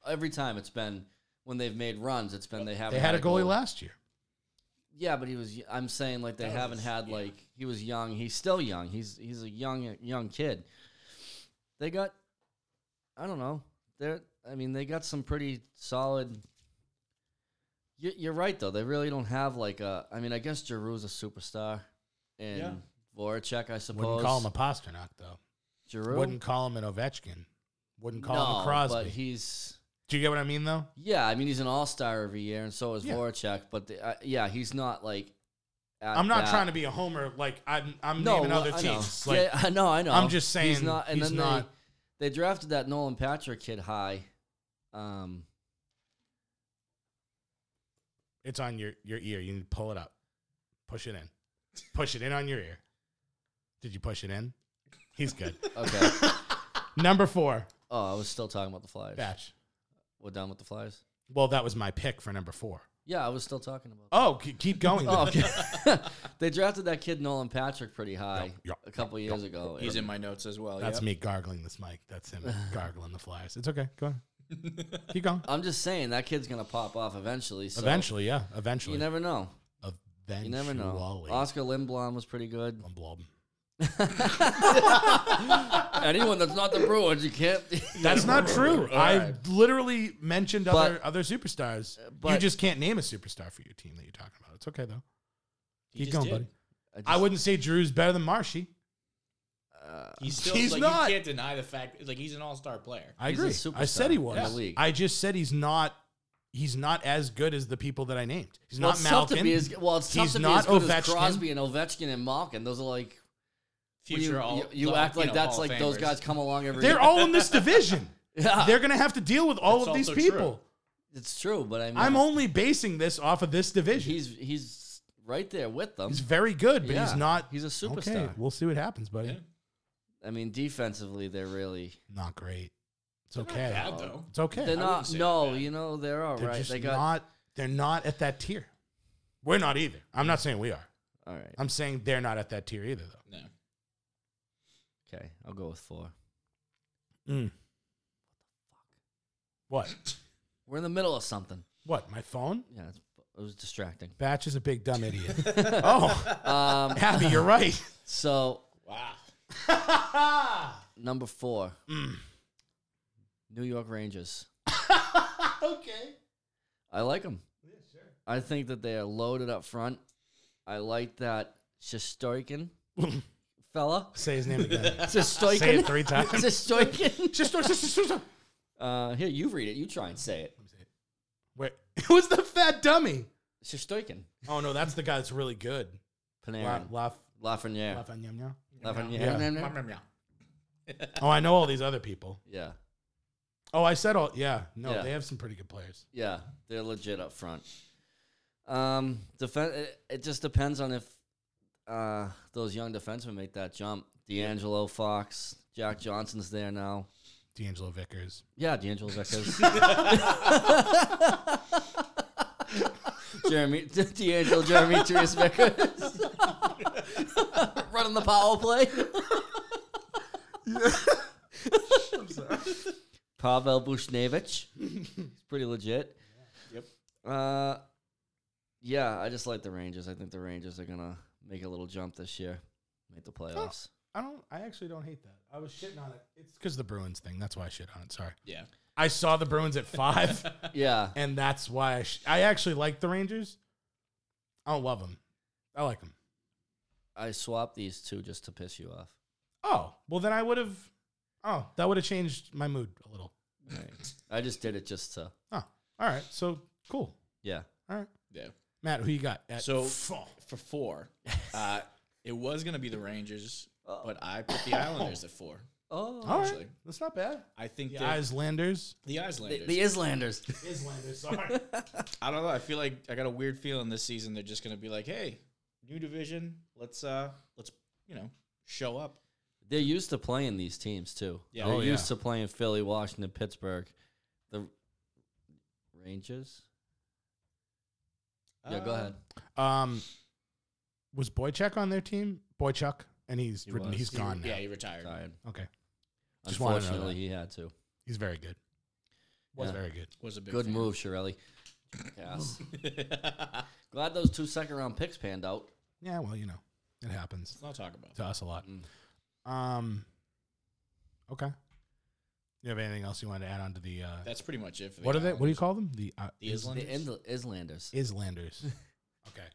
Speaker 3: every time it's been when they've made runs, it's been they haven't.
Speaker 2: They had a goalie last year.
Speaker 3: Yeah, but he was. I'm saying like they
Speaker 4: That
Speaker 3: haven't
Speaker 4: was-
Speaker 3: had
Speaker 4: yeah.
Speaker 3: like he was young. He's still young. He's he's a young young kid. They got, I don't know. They're. I mean, they got some pretty solid. You, you're right though. They really don't have like a. I mean, I guess Giroux's a superstar, and
Speaker 4: Yeah.
Speaker 3: Voracek, I suppose.
Speaker 2: Wouldn't call him a Pasternak though.
Speaker 3: Giroux.
Speaker 2: Wouldn't call him an Ovechkin. Wouldn't call him
Speaker 3: no,
Speaker 2: a Crosby.
Speaker 3: but he's.
Speaker 2: Do you get what I mean though?
Speaker 3: Yeah, I mean he's an all star every year, and so is
Speaker 2: Yeah.
Speaker 3: Voracek. But the, uh, yeah, he's not like. at
Speaker 2: I'm not
Speaker 3: that-
Speaker 2: trying to be a homer. Like I'm, I'm naming
Speaker 3: Uh, well,
Speaker 2: other
Speaker 3: I know.
Speaker 2: teams. Like,
Speaker 3: yeah, I know, I know.
Speaker 2: I'm just saying
Speaker 3: he's not. And
Speaker 2: he's
Speaker 3: then
Speaker 2: not-
Speaker 3: They, they drafted that Nolan Patrick kid high. Um,
Speaker 2: It's on your your ear. You need to pull it up. Push it in. Push it in on your ear. Did you push it in? He's good.
Speaker 3: okay.
Speaker 2: Number four,
Speaker 3: oh, I was still talking about the Flyers.
Speaker 2: Batch.
Speaker 3: We're done with the Flyers.
Speaker 2: Well, that was my pick for number four.
Speaker 3: Yeah, I was still talking about.
Speaker 2: Oh, ke- keep going.
Speaker 3: Oh,
Speaker 2: though.
Speaker 3: okay. they drafted that kid Nolan Patrick pretty high
Speaker 2: Yup,
Speaker 3: a couple years ago.
Speaker 4: He's
Speaker 3: and-
Speaker 4: in my notes as well.
Speaker 2: That's
Speaker 4: yep.
Speaker 2: me gargling this mic. That's him gargling the flyers. It's okay. Go on. Keep going.
Speaker 3: I'm just saying that kid's gonna pop off eventually. Uh, So
Speaker 2: eventually, yeah. Eventually.
Speaker 3: you never know.
Speaker 2: eventually.
Speaker 3: You never know. Oscar Lindblom was pretty good.
Speaker 2: I'm blob.
Speaker 3: Anyone that's not the Bruins, you can't.
Speaker 2: That's not true. I literally mentioned
Speaker 3: But- uh,
Speaker 2: other other superstars. you
Speaker 3: but-
Speaker 2: just can't name a superstar for your team that you're talking about. It's okay though.
Speaker 4: He
Speaker 2: Keep
Speaker 4: just
Speaker 2: going,
Speaker 4: did.
Speaker 2: buddy.
Speaker 3: just-
Speaker 2: I wouldn't say Drew's better than Marshy.
Speaker 4: He's still
Speaker 2: He's
Speaker 4: like,
Speaker 2: not.
Speaker 4: You can't deny the fact like he's an all-star player.
Speaker 2: I
Speaker 3: He's a
Speaker 2: agree. I
Speaker 3: superstar
Speaker 2: said he
Speaker 3: in the
Speaker 2: was.
Speaker 3: league.
Speaker 2: I just said he's not. He's not as good as the people that I named. He's
Speaker 3: Well,
Speaker 2: not
Speaker 3: it's tough
Speaker 2: Malkin.
Speaker 3: to be as well. It's tough
Speaker 2: He's
Speaker 3: to be
Speaker 2: not
Speaker 3: as good as
Speaker 2: Ovechkin.
Speaker 3: Crosby and Ovechkin and Malkin. Those are like when
Speaker 4: Future
Speaker 3: you,
Speaker 4: all.
Speaker 3: you, you
Speaker 4: all-
Speaker 3: act like
Speaker 4: know,
Speaker 3: that's
Speaker 4: Hall of
Speaker 3: like those
Speaker 4: Famers.
Speaker 3: guys come along every.
Speaker 2: They're all in this division.
Speaker 3: Yeah,
Speaker 2: They're going to have to deal with all
Speaker 4: That's
Speaker 2: of these
Speaker 4: also true.
Speaker 2: people.
Speaker 3: it's true, but I mean,
Speaker 2: I'm only basing this off of this division. He's,
Speaker 3: he's he's right there with them.
Speaker 2: very good, but he's
Speaker 3: Yeah.
Speaker 2: not.
Speaker 3: He's a
Speaker 2: Okay,
Speaker 3: superstar.
Speaker 2: we'll see what happens, buddy.
Speaker 4: Yeah.
Speaker 3: I mean, defensively, they're really
Speaker 2: Not great. It's
Speaker 4: Not
Speaker 2: okay.
Speaker 4: bad though.
Speaker 2: It's okay.
Speaker 3: they're
Speaker 2: They're,
Speaker 3: not.
Speaker 4: say
Speaker 3: No,
Speaker 4: they're bad.
Speaker 3: you know they're all right.
Speaker 2: just
Speaker 3: They got
Speaker 2: not. They're not at that tier. We're not either. I'm not saying we are.
Speaker 3: all right.
Speaker 2: I'm saying they're not at that tier either, though.
Speaker 4: No.
Speaker 3: Okay, I'll go with four.
Speaker 4: Mm.
Speaker 2: What?
Speaker 3: We're in the middle of something.
Speaker 2: What? My phone?
Speaker 3: Yeah, it's, it was distracting.
Speaker 2: Batch is a big dumb idiot. oh,
Speaker 3: Um,
Speaker 2: Abby, you're right.
Speaker 3: so
Speaker 4: Wow.
Speaker 3: number four,
Speaker 2: Mm.
Speaker 3: New York Rangers.
Speaker 2: okay.
Speaker 3: I like them. I think that they are loaded up front. I like that Shostakin fella.
Speaker 2: Say his name again.
Speaker 3: Shostakin.
Speaker 2: Say it three times.
Speaker 3: Shostakin.
Speaker 2: Just, just, just, just-
Speaker 3: Uh, here, you read it. You try and say it.
Speaker 2: Wait, it was the fat dummy.
Speaker 3: Shostakin.
Speaker 2: Oh no, that's the guy that's really good. La,
Speaker 3: Panarin.
Speaker 2: la,
Speaker 3: Lafreniere.
Speaker 2: Lafreniere.
Speaker 3: Lafreniere.
Speaker 2: Oh, I know all these other people.
Speaker 3: Yeah.
Speaker 2: Oh, I said all. Yeah, no,
Speaker 3: Yeah.
Speaker 2: they have some pretty good players.
Speaker 3: Yeah, they're legit up front. Um, defense. It, it just depends on if uh, those young defensemen make that jump. D'Angelo Fox, Jack Johnson's there now.
Speaker 2: D'Angelo Vickers.
Speaker 3: Yeah, D'Angelo Vickers. Jeremy D'Angelo Jeremy Therese Vickers running the power play. Pavel Bushnevich. He's pretty legit. Yep. Uh, yeah, I just like the Rangers. I think the Rangers are gonna make a little jump this year, make the playoffs.
Speaker 2: I don't. I actually don't hate that. I was shitting on it. It's because the Bruins thing. That's why I shit on it. Sorry.
Speaker 4: Yeah.
Speaker 2: I saw the Bruins at five,
Speaker 3: Yeah,
Speaker 2: and that's why I. Sh- I actually like the Rangers. I don't love them. I like them.
Speaker 3: I swapped these two just to piss you off.
Speaker 2: Oh well, then I would have. Oh, that would have changed my mood a little.
Speaker 3: I just did it just to
Speaker 2: Oh, all right. So cool.
Speaker 3: yeah.
Speaker 2: All right,
Speaker 4: Yeah.
Speaker 2: Matt, who you got? At
Speaker 4: So
Speaker 2: four?
Speaker 4: for four, uh, it was gonna be the Rangers, but I put the Islanders at four.
Speaker 2: all
Speaker 3: Oh,
Speaker 2: right,
Speaker 4: actually.
Speaker 2: that's not bad.
Speaker 4: I think
Speaker 2: The
Speaker 4: that-
Speaker 2: Islanders.
Speaker 4: the
Speaker 3: the,
Speaker 4: Islanders.
Speaker 3: the Islanders.
Speaker 2: Islanders. Sorry.
Speaker 4: I don't know. I feel like I got a weird feeling this season. They're just gonna be like, hey, new division. Let's uh, let's you know, show up.
Speaker 3: They're used to playing these teams too.
Speaker 4: Yeah.
Speaker 3: they're
Speaker 4: Oh,
Speaker 3: used to playing Philly, Washington, Pittsburgh, the Rangers. Yeah, go
Speaker 4: Uh,
Speaker 3: ahead.
Speaker 2: um, was Boychuk on their team? Boychuk, and he's
Speaker 3: He
Speaker 2: written,
Speaker 3: was.
Speaker 2: he's
Speaker 4: He-
Speaker 2: gone now.
Speaker 4: Yeah, he retired.
Speaker 3: Sorry.
Speaker 2: Okay, Just wanted to know
Speaker 3: Unfortunately, he had to.
Speaker 2: he's very good. Was
Speaker 3: Yeah.
Speaker 2: very good.
Speaker 4: Was a big
Speaker 3: Good
Speaker 4: fan.
Speaker 3: move, Shirelli. Yes. Glad those two second round picks panned out.
Speaker 2: Yeah, well, you know, it happens
Speaker 4: Let's not talk about. it.
Speaker 2: to us a lot.
Speaker 3: Mm.
Speaker 2: Um, okay. You have anything else you wanted to add on to the? Uh,
Speaker 4: That's pretty much it. For the
Speaker 2: what are they? What do you
Speaker 4: Islanders.
Speaker 2: call them? The uh,
Speaker 4: The Islanders.
Speaker 3: The Ind- Islanders.
Speaker 2: Islanders. okay.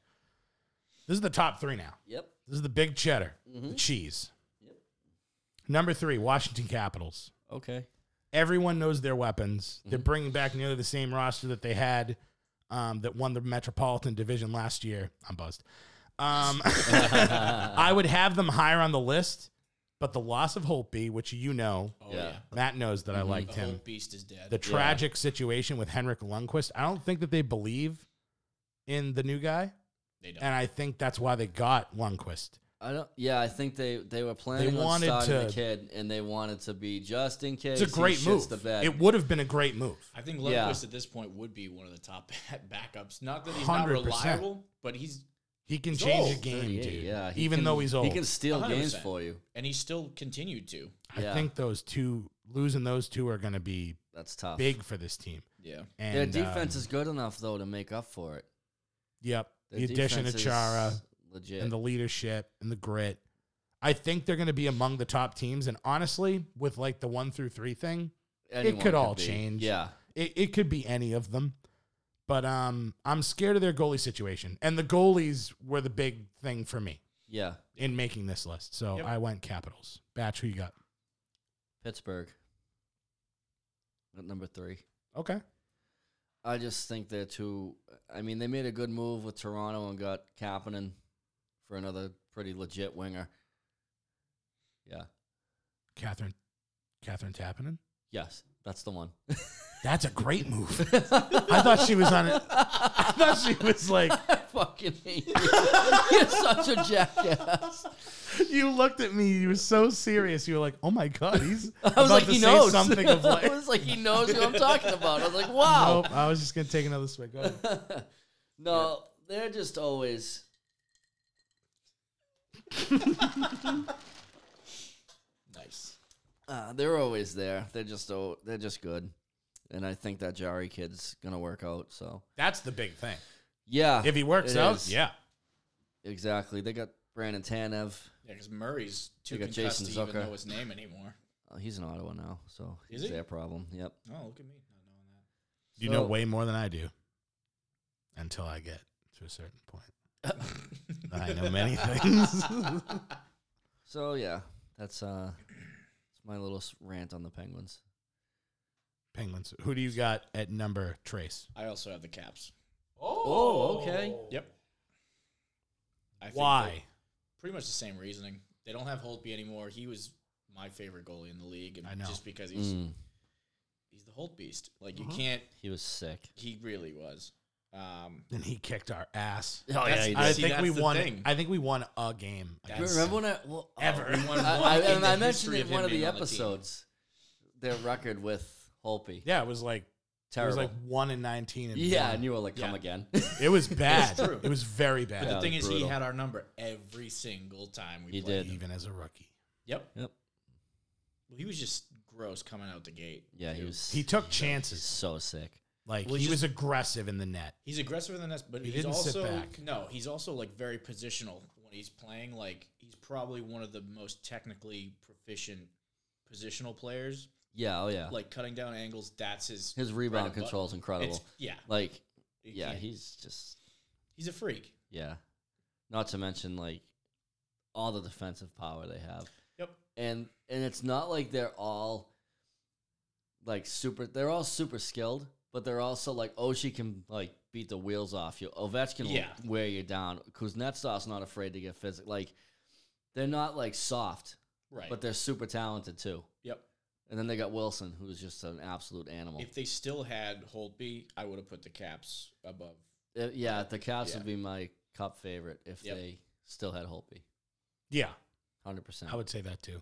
Speaker 2: This is the top three now.
Speaker 3: Yep.
Speaker 2: This is the big cheddar, the
Speaker 3: Mhm.
Speaker 2: cheese.
Speaker 3: Yep.
Speaker 2: Number three, Washington Capitals.
Speaker 3: Okay.
Speaker 2: Everyone knows their weapons.
Speaker 3: Mm-hmm.
Speaker 2: They're bringing back nearly the same roster that they had um, that won the Metropolitan Division last year. I'm buzzed. Um, I would have them higher on the list, but the loss of Holtby, which you know,
Speaker 4: Oh,
Speaker 3: Yeah.
Speaker 4: yeah.
Speaker 2: Matt knows that I
Speaker 3: Mm-hmm.
Speaker 2: liked
Speaker 4: The
Speaker 2: him.
Speaker 4: whole
Speaker 3: Uh-huh.
Speaker 4: beast is dead.
Speaker 2: The tragic situation with Henrik Lundqvist. I don't think that they believe in the new guy,
Speaker 4: they don't.
Speaker 2: and I think that's why they got Lundqvist.
Speaker 3: I don't. Yeah, I think they they were planning
Speaker 2: wanted
Speaker 3: on starting
Speaker 2: to-
Speaker 3: the kid, and they wanted to be just in case.
Speaker 2: It's a
Speaker 3: he
Speaker 2: great
Speaker 3: shits
Speaker 2: move.
Speaker 3: The bed.
Speaker 2: It would have been a great move.
Speaker 4: I think Lundqvist
Speaker 3: Yeah.
Speaker 4: at this point would be one of the top backups. Not that he's not
Speaker 2: 100%.
Speaker 4: reliable, but he's
Speaker 2: He can
Speaker 4: He's
Speaker 2: change
Speaker 4: old.
Speaker 2: the game,
Speaker 3: 38,
Speaker 2: dude.
Speaker 3: Yeah, he
Speaker 2: even
Speaker 3: can-
Speaker 2: though he's old,
Speaker 3: he can steal games
Speaker 4: 100%.
Speaker 3: for you.
Speaker 4: and he still continued to.
Speaker 2: I
Speaker 3: yeah.
Speaker 2: think those two losing those two are going to be
Speaker 3: That's tough.
Speaker 2: big for this team.
Speaker 4: Yeah.
Speaker 2: And
Speaker 3: Their defense
Speaker 2: um,
Speaker 3: is good enough though to make up for it.
Speaker 2: yep.
Speaker 3: Their
Speaker 2: The addition of
Speaker 3: defense is
Speaker 2: Chara
Speaker 3: legit.
Speaker 2: and the leadership and the grit. I think they're going to be among the top teams. And honestly, with like the one through three thing,
Speaker 3: Anyone
Speaker 2: could all
Speaker 3: be.
Speaker 2: change.
Speaker 3: Yeah,
Speaker 2: it, it could be any of them. But um, I'm scared of their goalie situation. And the goalies were the big thing for me
Speaker 3: yeah.
Speaker 2: in making this list. So
Speaker 4: Yep.
Speaker 2: I went Capitals. Batch, who you got?
Speaker 3: Pittsburgh at number three.
Speaker 2: Okay.
Speaker 3: I just think they're too. I mean, they made a good move with Toronto and got Kapanen for another pretty legit winger. Yeah.
Speaker 2: Catherine Catherine Tappanen.
Speaker 3: Yes, that's the one.
Speaker 2: That's a great move. I thought she was on it. I thought she was like,
Speaker 3: I fucking hate you. You're such a jackass.
Speaker 2: you looked at me. You were so serious. You were like, oh my God, he's.
Speaker 3: I was
Speaker 2: about
Speaker 3: like,
Speaker 2: to
Speaker 3: he
Speaker 2: say
Speaker 3: knows.
Speaker 2: Something of
Speaker 3: I
Speaker 2: like,
Speaker 3: was like, he knows who I'm talking about. I was like, wow.
Speaker 2: nope, I was just going to take another swig. Go ahead.
Speaker 3: No, they're just always.
Speaker 4: Nice.
Speaker 3: Uh, they're always there. They're just oh, they're just good, and I think that Jari kid's gonna work out. So
Speaker 2: That's the big thing.
Speaker 3: yeah,
Speaker 2: If he works
Speaker 3: it
Speaker 2: out,
Speaker 3: is.
Speaker 2: yeah.
Speaker 3: exactly. They got Brandon Tanev.
Speaker 4: Yeah, because Murray's too
Speaker 3: They got
Speaker 4: concussed
Speaker 3: Jason
Speaker 4: to even
Speaker 3: Zucker.
Speaker 4: know his name anymore.
Speaker 3: Uh, he's in Ottawa now, so
Speaker 4: Is
Speaker 3: it's
Speaker 4: he?
Speaker 3: their problem. Yep.
Speaker 4: Oh, look at me not knowing that.
Speaker 2: You know
Speaker 3: So-
Speaker 2: way more than I do until I get to a certain point. I know many things.
Speaker 3: So yeah, that's uh, that's my little s- rant on the Penguins.
Speaker 2: Penguins. Who do you got at number trace?
Speaker 4: I also have the Caps.
Speaker 3: Oh, okay.
Speaker 4: Yep. I think
Speaker 2: Why?
Speaker 4: that- Pretty much the same reasoning. They don't have Holtby anymore. He was my favorite goalie in the league, and
Speaker 2: I know.
Speaker 4: just because he's
Speaker 3: Mm,
Speaker 4: he's the Holt beast. Like
Speaker 2: Mm-hmm.
Speaker 4: you can't.
Speaker 3: he was sick.
Speaker 4: He really was. Um,
Speaker 2: And he kicked our ass.
Speaker 3: Oh
Speaker 4: yeah, he did.
Speaker 2: I
Speaker 4: See,
Speaker 2: think
Speaker 4: that's
Speaker 2: we
Speaker 4: the
Speaker 2: won.
Speaker 4: thing.
Speaker 2: I think we won a game.
Speaker 4: That's-
Speaker 3: Remember when I well, oh,
Speaker 2: Ever.
Speaker 4: we won
Speaker 3: I,
Speaker 4: one
Speaker 3: I,
Speaker 4: in
Speaker 3: and
Speaker 4: the
Speaker 3: I
Speaker 4: history
Speaker 3: mentioned it in
Speaker 4: him
Speaker 3: one of
Speaker 4: being
Speaker 3: the
Speaker 4: on team.
Speaker 3: episodes. their record with Holpe.
Speaker 2: yeah, it was like it was
Speaker 3: Terrible.
Speaker 2: like one and nineteen. And
Speaker 3: yeah,
Speaker 2: one.
Speaker 3: and you were like, "Come
Speaker 4: Yeah.
Speaker 3: again."
Speaker 2: it was bad.
Speaker 4: true.
Speaker 2: it was very bad.
Speaker 4: But
Speaker 3: Yeah,
Speaker 4: the thing
Speaker 3: it was
Speaker 4: is,
Speaker 3: brutal.
Speaker 4: he had our number every single time we
Speaker 3: He
Speaker 4: played.
Speaker 3: did.
Speaker 2: Even as a rookie,
Speaker 4: Yep.
Speaker 3: Yep.
Speaker 4: Well, he was just gross coming out the gate.
Speaker 3: yeah, he
Speaker 4: too.
Speaker 3: was.
Speaker 2: he took
Speaker 3: he's
Speaker 2: chances.
Speaker 3: so sick.
Speaker 2: Like
Speaker 4: Well,
Speaker 2: he
Speaker 4: he
Speaker 2: was aggressive in the net.
Speaker 4: He's aggressive in the nest, but
Speaker 2: He
Speaker 4: he's
Speaker 2: didn't sit
Speaker 4: also
Speaker 2: back.
Speaker 4: no. He's also like very positional when he's playing. Like he's probably one of the most technically proficient positional players.
Speaker 3: Yeah. Oh yeah.
Speaker 4: Like cutting down angles, that's his
Speaker 3: His
Speaker 4: bread
Speaker 3: rebound
Speaker 4: and butter.
Speaker 3: control is incredible.
Speaker 4: It's- yeah,
Speaker 3: like,
Speaker 4: You
Speaker 3: yeah,
Speaker 4: can't-
Speaker 3: he's just
Speaker 4: he's a freak.
Speaker 3: yeah. Not to mention like all the defensive power they have.
Speaker 4: Yep.
Speaker 3: and and it's not like they're all like super they're all super skilled but they're also like oh she can like beat the wheels off you ovechkin
Speaker 4: Yeah.
Speaker 3: will wear you down kuznetsov's not afraid to get physical like they're not like soft
Speaker 4: Right.
Speaker 3: but they're super talented too
Speaker 4: yep.
Speaker 3: and then they got wilson who's just an absolute animal
Speaker 4: If they still had Holtby, I would have put the Caps above.
Speaker 3: Uh, yeah the caps
Speaker 4: Yeah.
Speaker 3: would be my cup favorite if
Speaker 4: Yep.
Speaker 3: they still had holtby
Speaker 2: Yeah,
Speaker 3: 100%
Speaker 2: I would say that too.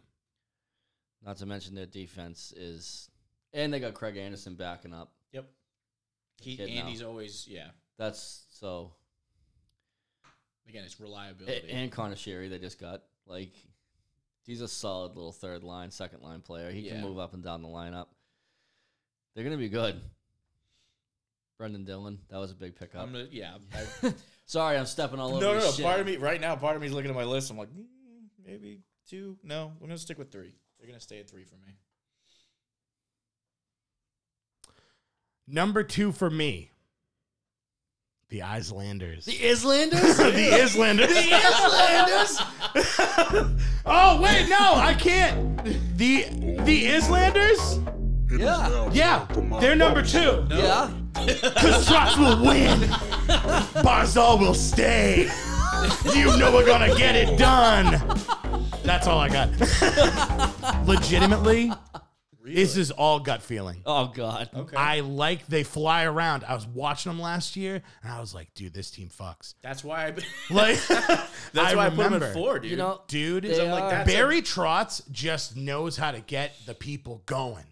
Speaker 3: not to mention their defense is and they got craig anderson backing up
Speaker 4: Yep. He
Speaker 3: kid now.
Speaker 4: Andy's always yeah.
Speaker 3: that's so
Speaker 4: Again, it's
Speaker 3: A-
Speaker 4: reliability.
Speaker 3: and Connor Sherry they just got. Like he's a solid little third line, second line player. He
Speaker 4: Yeah.
Speaker 3: can move up and down the lineup. They're gonna be good. Brendan Dillon, that was a big pickup.
Speaker 4: I'm gonna, yeah. I,
Speaker 3: Sorry, I'm stepping all over.
Speaker 4: no, no,
Speaker 3: your
Speaker 4: no.
Speaker 3: shit.
Speaker 4: Part of me right now, part of me is looking at my list. I'm like, mm, maybe two. No, I'm gonna stick with three. They're gonna stay at three for me.
Speaker 2: Number two for me, the Islanders.
Speaker 3: The Islanders.
Speaker 2: the Islanders. The Islanders. oh wait, no, I can't. The the Islanders.
Speaker 3: yeah,
Speaker 2: Yeah, they're number two.
Speaker 3: yeah.
Speaker 2: Strauss will win. Barzal will stay. You know we're gonna get it done. That's all I got. Legitimately, this is all gut feeling.
Speaker 3: Oh God.
Speaker 2: I like they fly around. I was watching them last year, and I was like, dude, this team fucks.
Speaker 4: That's why I. That's
Speaker 2: Like, that's
Speaker 4: why I put him at four, dude.
Speaker 3: You know,
Speaker 2: dude.
Speaker 3: They
Speaker 2: I'm like,
Speaker 3: are-
Speaker 2: that's Barry Trotz just knows how to get the people going.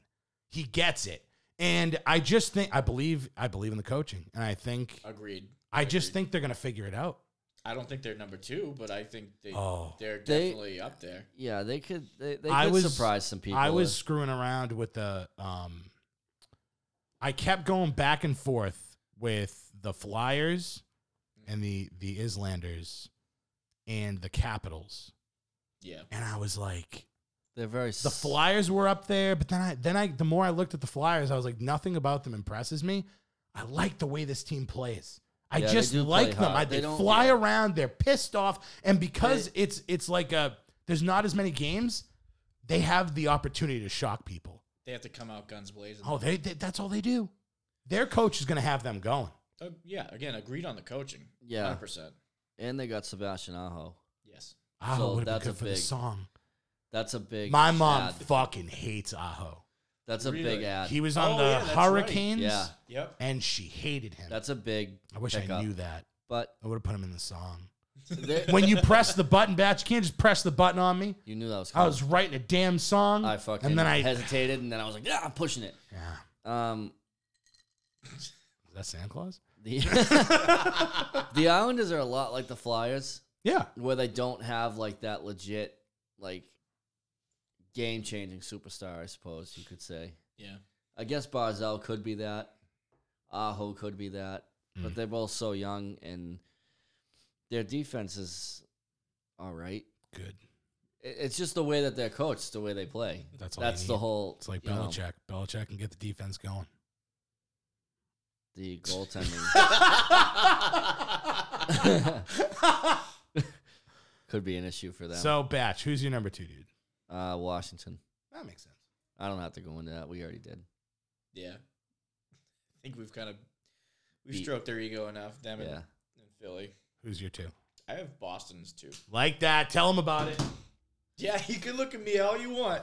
Speaker 2: He gets it, and I just think I believe I believe in the coaching, and I think
Speaker 4: Agreed.
Speaker 2: I just think they're gonna figure it out.
Speaker 4: I don't think they're number two, but I think they
Speaker 2: Oh.
Speaker 4: they're
Speaker 3: They-
Speaker 4: definitely up there.
Speaker 3: yeah, they could. They, they could
Speaker 2: I was-
Speaker 3: surprise some people.
Speaker 2: I was
Speaker 3: if-
Speaker 2: screwing around with the um. I kept going back and forth with the Flyers and the the Islanders and the Capitals,
Speaker 4: Yeah.
Speaker 2: and I was like,
Speaker 3: they're very
Speaker 2: the
Speaker 3: s-
Speaker 2: Flyers were up there, but then I then I the more I looked at the Flyers, I was like, nothing about them impresses me. I like the way this team plays. I
Speaker 3: Yeah, they
Speaker 2: just
Speaker 3: do
Speaker 2: like
Speaker 3: play
Speaker 2: them.
Speaker 3: hard.
Speaker 2: I,
Speaker 3: They
Speaker 2: they
Speaker 3: don't-
Speaker 2: fly
Speaker 3: yeah.
Speaker 2: around. They're pissed off, and because
Speaker 3: They-
Speaker 2: it's it's like a there's not as many games, they have the opportunity to shock people.
Speaker 4: They have to come out guns blazing.
Speaker 2: Oh, they, they that's all they do. Their coach is going to have them going.
Speaker 4: Uh, yeah. Again, agreed on the coaching.
Speaker 3: Yeah.
Speaker 4: Hundred percent.
Speaker 3: And they got Sebastian Aho.
Speaker 4: Yes.
Speaker 2: Aho
Speaker 3: So
Speaker 2: would have Ah, been
Speaker 3: that's a
Speaker 2: good for the
Speaker 3: big
Speaker 2: song.
Speaker 3: That's a big.
Speaker 2: My mom
Speaker 3: ad.
Speaker 2: fucking hates Aho.
Speaker 3: That's a big
Speaker 4: Really?
Speaker 3: ad.
Speaker 2: He was on
Speaker 4: Oh,
Speaker 2: the
Speaker 4: yeah, that's right.
Speaker 2: Hurricanes,
Speaker 3: Yeah,
Speaker 4: Yep.
Speaker 2: and she hated him.
Speaker 3: that's a big.
Speaker 2: I wish I
Speaker 3: pickup.
Speaker 2: knew that.
Speaker 3: But
Speaker 2: I would have put him in the song.
Speaker 3: they-
Speaker 2: When you press the button, batch, you can't just press the button on me.
Speaker 3: You knew that was.
Speaker 2: I
Speaker 3: Coming.
Speaker 2: was writing a damn song,
Speaker 3: I fucking
Speaker 2: and then I
Speaker 3: hesitated, and then I was like, "Yeah, I'm pushing it."
Speaker 2: Yeah,
Speaker 3: Um,
Speaker 2: is that Santa Claus?
Speaker 3: the the Islanders are a lot like the Flyers,
Speaker 2: Yeah,
Speaker 3: where they don't have like that legit, like game changing superstar. I suppose you could say.
Speaker 4: Yeah.
Speaker 3: I guess Barzell could be that. Aho could be that,
Speaker 2: Hmm.
Speaker 3: but they're both so young, and their defense is all right.
Speaker 2: good.
Speaker 3: It- It's just the way that they're coached, the way they play.
Speaker 2: That's all.
Speaker 3: That's
Speaker 2: you
Speaker 3: the
Speaker 2: need.
Speaker 3: whole.
Speaker 2: It's like
Speaker 3: you know,
Speaker 2: Belichick. Belichick can get the defense going.
Speaker 3: the goaltending. Could be an issue for them.
Speaker 2: So, Batch, who's your number two, dude?
Speaker 3: uh, Washington.
Speaker 2: That makes sense.
Speaker 3: I don't have to go into that. We already did.
Speaker 4: Yeah. I think we've kind of we've
Speaker 3: Beat.
Speaker 4: stroked their ego enough. Them and,
Speaker 3: Yeah.
Speaker 4: and Philly.
Speaker 2: Who's your two?
Speaker 4: I have Boston's too.
Speaker 2: Like that. Tell them about it.
Speaker 4: Yeah, you can look at me all you want.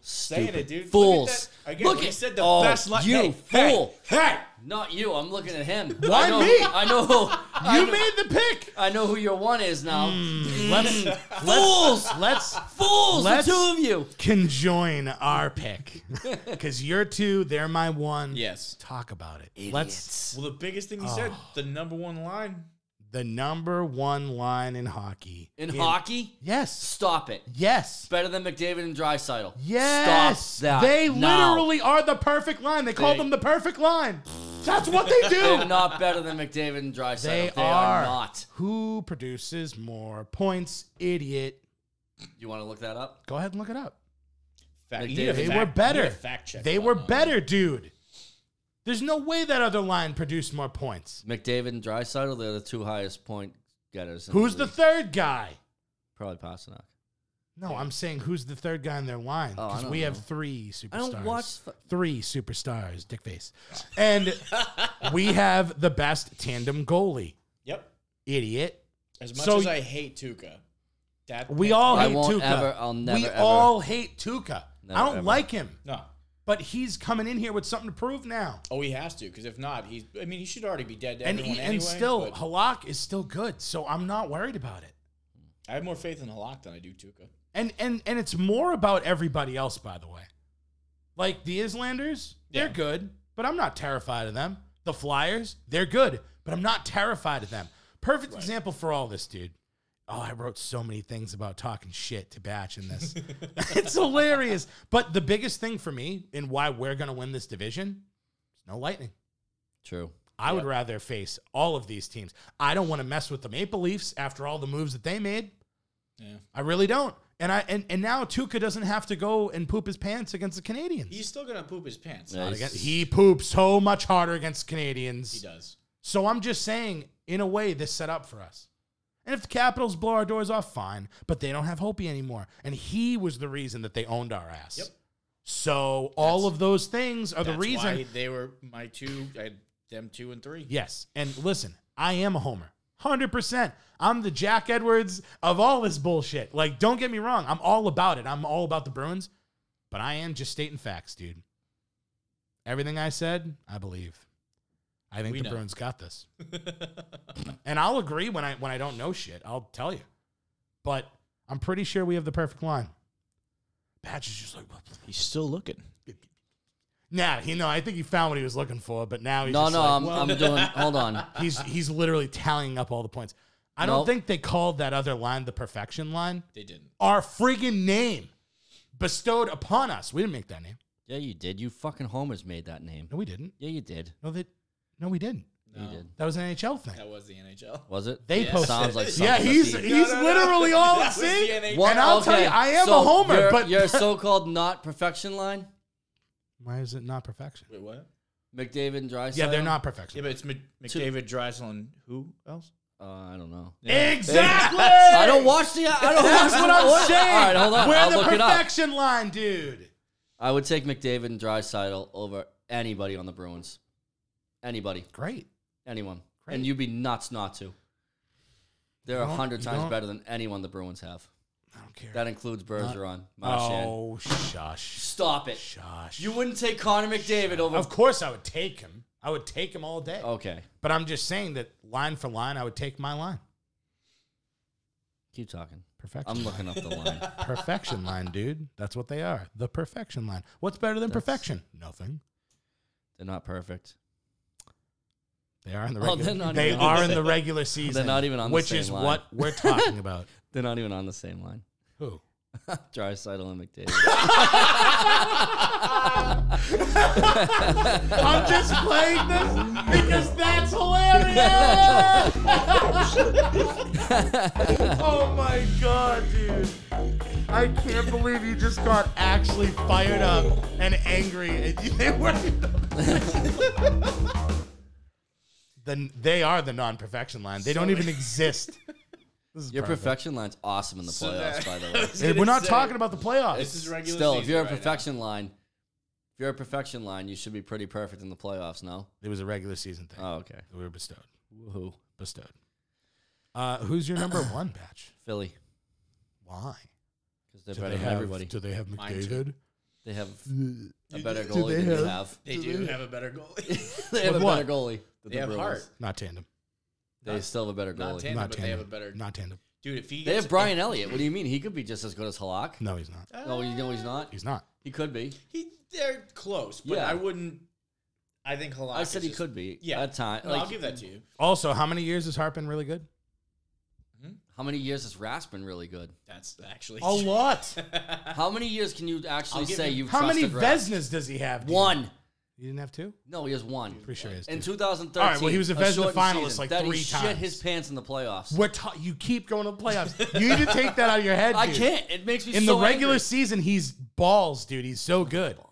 Speaker 4: Saying it,
Speaker 3: Stupid
Speaker 4: dude.
Speaker 3: Fools.
Speaker 4: Look at that. Again,
Speaker 3: Look
Speaker 4: we
Speaker 3: at-
Speaker 4: said the
Speaker 3: oh,
Speaker 4: best line.
Speaker 3: you
Speaker 4: hey,
Speaker 3: fool.
Speaker 4: Hey, hey.
Speaker 3: Not you. I'm looking at him.
Speaker 2: Why
Speaker 3: I know,
Speaker 2: me?
Speaker 3: I know. Who, I,
Speaker 2: You
Speaker 3: know
Speaker 2: made the pick.
Speaker 3: I know who your one is now.
Speaker 2: Hmm. Let's,
Speaker 3: Fools.
Speaker 2: let's
Speaker 3: Fools.
Speaker 2: Let's-
Speaker 3: the two of you.
Speaker 2: conjoin our pick because you're two, they're my one.
Speaker 4: Yes.
Speaker 2: Talk about it. Let's
Speaker 4: Well, the biggest thing he said,
Speaker 2: Oh.
Speaker 4: the number one line.
Speaker 2: the number one line in hockey.
Speaker 3: In hockey,
Speaker 2: Yes.
Speaker 3: stop it.
Speaker 2: Yes.
Speaker 3: Better than McDavid and Drysidle.
Speaker 2: Yes.
Speaker 3: Stop that.
Speaker 2: They
Speaker 3: now.
Speaker 2: literally are the perfect line. They call
Speaker 3: They-
Speaker 2: them the perfect line. That's what they
Speaker 3: They're
Speaker 2: do.
Speaker 3: not better than McDavid and Drysidle.
Speaker 2: They are.
Speaker 3: are not.
Speaker 2: Who produces more points? Idiot.
Speaker 3: You want to look that up?
Speaker 2: Go ahead and look it up.
Speaker 4: Fact,
Speaker 3: Like
Speaker 4: you
Speaker 3: they-
Speaker 4: need a
Speaker 2: They
Speaker 4: fact-
Speaker 2: were
Speaker 4: you
Speaker 2: better.
Speaker 4: need a Fact check.
Speaker 2: they
Speaker 4: on
Speaker 2: were
Speaker 4: that.
Speaker 2: better, dude. There's no way that other line produced more points.
Speaker 3: McDavid and Drysidle, they're the two highest point getters. In
Speaker 2: Who's the
Speaker 3: league.
Speaker 2: third guy?
Speaker 3: Probably Pasternak.
Speaker 2: No, I'm saying who's the third guy in their line
Speaker 3: Oh, I
Speaker 2: because
Speaker 3: don't
Speaker 2: we
Speaker 3: know.
Speaker 2: have three superstars.
Speaker 3: I don't watch fu-
Speaker 2: three superstars, dick face, and we have the best tandem goalie,
Speaker 4: Yep.
Speaker 2: idiot.
Speaker 4: As much
Speaker 2: So-
Speaker 4: as I hate Tuca, that
Speaker 2: We
Speaker 4: that-
Speaker 2: all
Speaker 3: I
Speaker 2: hate
Speaker 3: won't
Speaker 2: Tuca.
Speaker 3: ever- I'll never,
Speaker 2: we
Speaker 3: ever-
Speaker 2: all hate Tuca.
Speaker 3: Never,
Speaker 2: I don't
Speaker 3: ever.
Speaker 2: like him,
Speaker 4: no.
Speaker 2: but he's coming in here with something to prove now.
Speaker 4: Oh, he has to because if not, he's. I mean, he should already be dead. To
Speaker 2: And,
Speaker 4: everyone
Speaker 2: he,
Speaker 4: anyway,
Speaker 2: and still,
Speaker 4: but
Speaker 2: Halak is still good, so I'm not worried about it.
Speaker 4: I have more faith in Halak than I do Tuca.
Speaker 2: And and and it's more about everybody else, by the way. Like the Islanders, they're
Speaker 4: Yeah.
Speaker 2: good, but I'm not terrified of them. The Flyers, they're good, but I'm not terrified of them. Perfect example for all this, dude. Oh, I wrote so many things about talking shit to Batch in this. it's hilarious. But the biggest thing for me and why we're gonna win this division is no lightning.
Speaker 3: True.
Speaker 2: I would rather face all of these teams. I don't want to mess with the Maple Leafs after all the moves that they made.
Speaker 4: Yeah.
Speaker 2: I really don't. And I and, and now Tuca doesn't have to go and poop his pants against the Canadians.
Speaker 4: He's still gonna poop his pants.
Speaker 3: Yeah,
Speaker 2: Not
Speaker 3: he's-
Speaker 2: against- he poops so much harder against
Speaker 4: He
Speaker 2: Canadians.
Speaker 4: does.
Speaker 2: So I'm just saying, in a way, this set up for us. And if the Capitals blow our doors off, fine. But they don't have Hopi anymore, and he was the reason that they owned our ass.
Speaker 4: Yep.
Speaker 2: So all
Speaker 4: That's-
Speaker 2: of those things are the
Speaker 4: That's
Speaker 2: reason.
Speaker 4: why they were my two. I had them two and three.
Speaker 2: Yes. And listen, I am a homer. 100%. I'm the Jack Edwards of all this bullshit. Like, don't get me wrong. I'm all about it. I'm all about the Bruins, but I am just stating facts, dude. Everything I said, I believe. I think
Speaker 4: We
Speaker 2: the
Speaker 4: know.
Speaker 2: Bruins got this. and I'll agree when I when I don't know shit. I'll tell you. But I'm pretty sure we have the perfect line. Patch is just like,
Speaker 4: He's still looking.
Speaker 2: nah, he no, I think he found what he was looking for, but now Oh, he's
Speaker 3: No,
Speaker 2: just
Speaker 3: no,
Speaker 2: like,
Speaker 3: I'm, I'm doing. Hold on.
Speaker 2: He's he's literally tallying up all the points. I
Speaker 3: Nope.
Speaker 2: don't think they called that other line the perfection line.
Speaker 4: They didn't.
Speaker 2: Our friggin' name bestowed upon us. We didn't make that name.
Speaker 3: Yeah, you did. You fucking homers made that name.
Speaker 2: No, we didn't.
Speaker 3: Yeah, you did.
Speaker 2: No, that no, we didn't.
Speaker 3: You did.
Speaker 2: That was an NHL thing.
Speaker 4: That was the NHL.
Speaker 3: Was it?
Speaker 2: They
Speaker 3: yeah,
Speaker 2: posted.
Speaker 3: Sounds
Speaker 2: it.
Speaker 3: like something
Speaker 2: yeah,
Speaker 3: that
Speaker 2: he's
Speaker 3: he-
Speaker 2: he's
Speaker 4: No, no, no.
Speaker 2: literally all
Speaker 4: That was
Speaker 2: see.
Speaker 4: the NHL.
Speaker 2: What? And I'll tell you, I am a homer,
Speaker 3: your-
Speaker 2: but-
Speaker 3: your so-called not perfection—line,
Speaker 2: Why is it not perfection?
Speaker 4: Wait, what?
Speaker 3: McDavid and Drysdale.
Speaker 2: Yeah, they're not
Speaker 4: Yeah,
Speaker 2: perfection.
Speaker 4: but it's Mc- McDavid, Drysdale, and who else?
Speaker 3: Uh, I don't know.
Speaker 2: Exactly.
Speaker 3: I don't watch the. I don't
Speaker 2: That's
Speaker 3: watch
Speaker 2: what
Speaker 3: the-
Speaker 2: I'm saying.
Speaker 3: All right, hold on.
Speaker 2: We're
Speaker 3: I'll
Speaker 2: the
Speaker 3: look it up.
Speaker 2: perfection line, dude.
Speaker 3: I would take McDavid and Drysdale over anybody on the Bruins. Anybody,
Speaker 2: Great.
Speaker 3: anyone,
Speaker 2: Great.
Speaker 3: and you'd be nuts not to. They're a
Speaker 2: don't-
Speaker 3: hundred
Speaker 2: you
Speaker 3: times
Speaker 2: don't-
Speaker 3: better than anyone the Bruins have.
Speaker 2: I don't care.
Speaker 3: That includes Bergeron, Marchand.
Speaker 2: oh, shush,
Speaker 3: Stop it.
Speaker 2: shush.
Speaker 3: You wouldn't take Connor McDavid over.
Speaker 2: Of course, I would take him. I would take him all day.
Speaker 3: Okay,
Speaker 2: But I'm just saying that line for line, I would take my line.
Speaker 3: keep talking.
Speaker 2: Perfection.
Speaker 3: I'm looking up the line.
Speaker 2: perfection line, dude. That's what they are. The perfection line. What's better than
Speaker 3: That's-
Speaker 2: perfection? Nothing.
Speaker 3: They're not perfect.
Speaker 2: They are in the
Speaker 3: Oh,
Speaker 2: regular.
Speaker 3: they're not
Speaker 2: they
Speaker 3: even-
Speaker 2: are in the regular season.
Speaker 3: not even on the
Speaker 2: which
Speaker 3: same
Speaker 2: is
Speaker 3: line.
Speaker 2: what we're talking about.
Speaker 3: They're not even on the same line.
Speaker 2: Who?
Speaker 3: Drysdale and McDavid.
Speaker 2: I'm just playing this because that's hilarious. oh my god, dude. I can't believe you just got actually fired up and angry and you they were Then they are the non-perfection line. They don't even exist. This is
Speaker 3: Your
Speaker 2: perfect.
Speaker 3: perfection line's awesome in the
Speaker 4: So
Speaker 3: playoffs,
Speaker 4: that-
Speaker 3: by the way.
Speaker 2: Hey, we're not talking about the playoffs.
Speaker 4: This is regular
Speaker 3: Still, if
Speaker 4: season
Speaker 3: you're a
Speaker 4: right now.
Speaker 3: perfection line, if you're a perfection line, you should be pretty perfect in the playoffs. No.
Speaker 2: it was a regular season thing.
Speaker 3: Oh, okay.
Speaker 2: We were bestowed.
Speaker 3: Woohoo,
Speaker 2: Bestowed. Uh, who's your number one batch?
Speaker 3: Philly,
Speaker 2: Why?
Speaker 3: because they're
Speaker 2: Do
Speaker 3: better
Speaker 2: they
Speaker 3: than
Speaker 2: have,
Speaker 3: everybody.
Speaker 2: Do they have
Speaker 4: Mine too.
Speaker 2: McDavid?
Speaker 3: They have a better
Speaker 2: do
Speaker 3: goalie
Speaker 2: they
Speaker 3: than you
Speaker 2: have-
Speaker 3: have.
Speaker 4: They do have a better goalie.
Speaker 3: they have
Speaker 2: With
Speaker 3: a
Speaker 2: what?
Speaker 3: better goalie. Than
Speaker 4: They have
Speaker 3: Brewers.
Speaker 4: heart.
Speaker 2: Not tandem.
Speaker 3: They still have a better
Speaker 4: Not
Speaker 3: goalie.
Speaker 4: Tandem,
Speaker 2: Not
Speaker 4: but
Speaker 2: tandem.
Speaker 4: they have a better-
Speaker 2: Not tandem.
Speaker 4: Dude, if he
Speaker 3: They
Speaker 4: gets
Speaker 3: have Brian Elliott. What do you mean? He could be just as good as Halak.
Speaker 2: No, he's not.
Speaker 3: No, Oh, you know he's not.
Speaker 2: He's not.
Speaker 3: He could be.
Speaker 4: He, they're close, but
Speaker 3: Yeah.
Speaker 4: I wouldn't. I think Halak.
Speaker 3: I
Speaker 4: is
Speaker 3: said he
Speaker 4: just-
Speaker 3: could be.
Speaker 4: Yeah,
Speaker 3: At time.
Speaker 4: No, I'll give that to you.
Speaker 2: Also, how many years has Harp been really good?
Speaker 3: How many years has Rask been really good?
Speaker 4: That's actually
Speaker 2: lot. Uh,
Speaker 3: How many years can you actually
Speaker 4: I'll give
Speaker 3: say
Speaker 4: you-
Speaker 3: you've
Speaker 2: how many
Speaker 3: trusted Rask?
Speaker 2: Vesnas does he have? do you-
Speaker 3: One.
Speaker 2: You didn't have two?
Speaker 3: No, he has one.
Speaker 2: Pretty sure he has two.
Speaker 3: In 2013.
Speaker 2: All right, well, he was a Vezina
Speaker 3: shortened
Speaker 2: finalist,
Speaker 3: season,
Speaker 2: like,
Speaker 3: that
Speaker 2: three
Speaker 3: he shit
Speaker 2: times.
Speaker 3: his pants in the playoffs.
Speaker 2: We're ta- you keep going to the playoffs. You need to take that out of your head.
Speaker 3: I
Speaker 2: dude.
Speaker 3: can't. It makes me
Speaker 2: In
Speaker 3: so
Speaker 2: the regular
Speaker 3: angry.
Speaker 2: season, he's balls, dude. He's so good.
Speaker 3: Balls.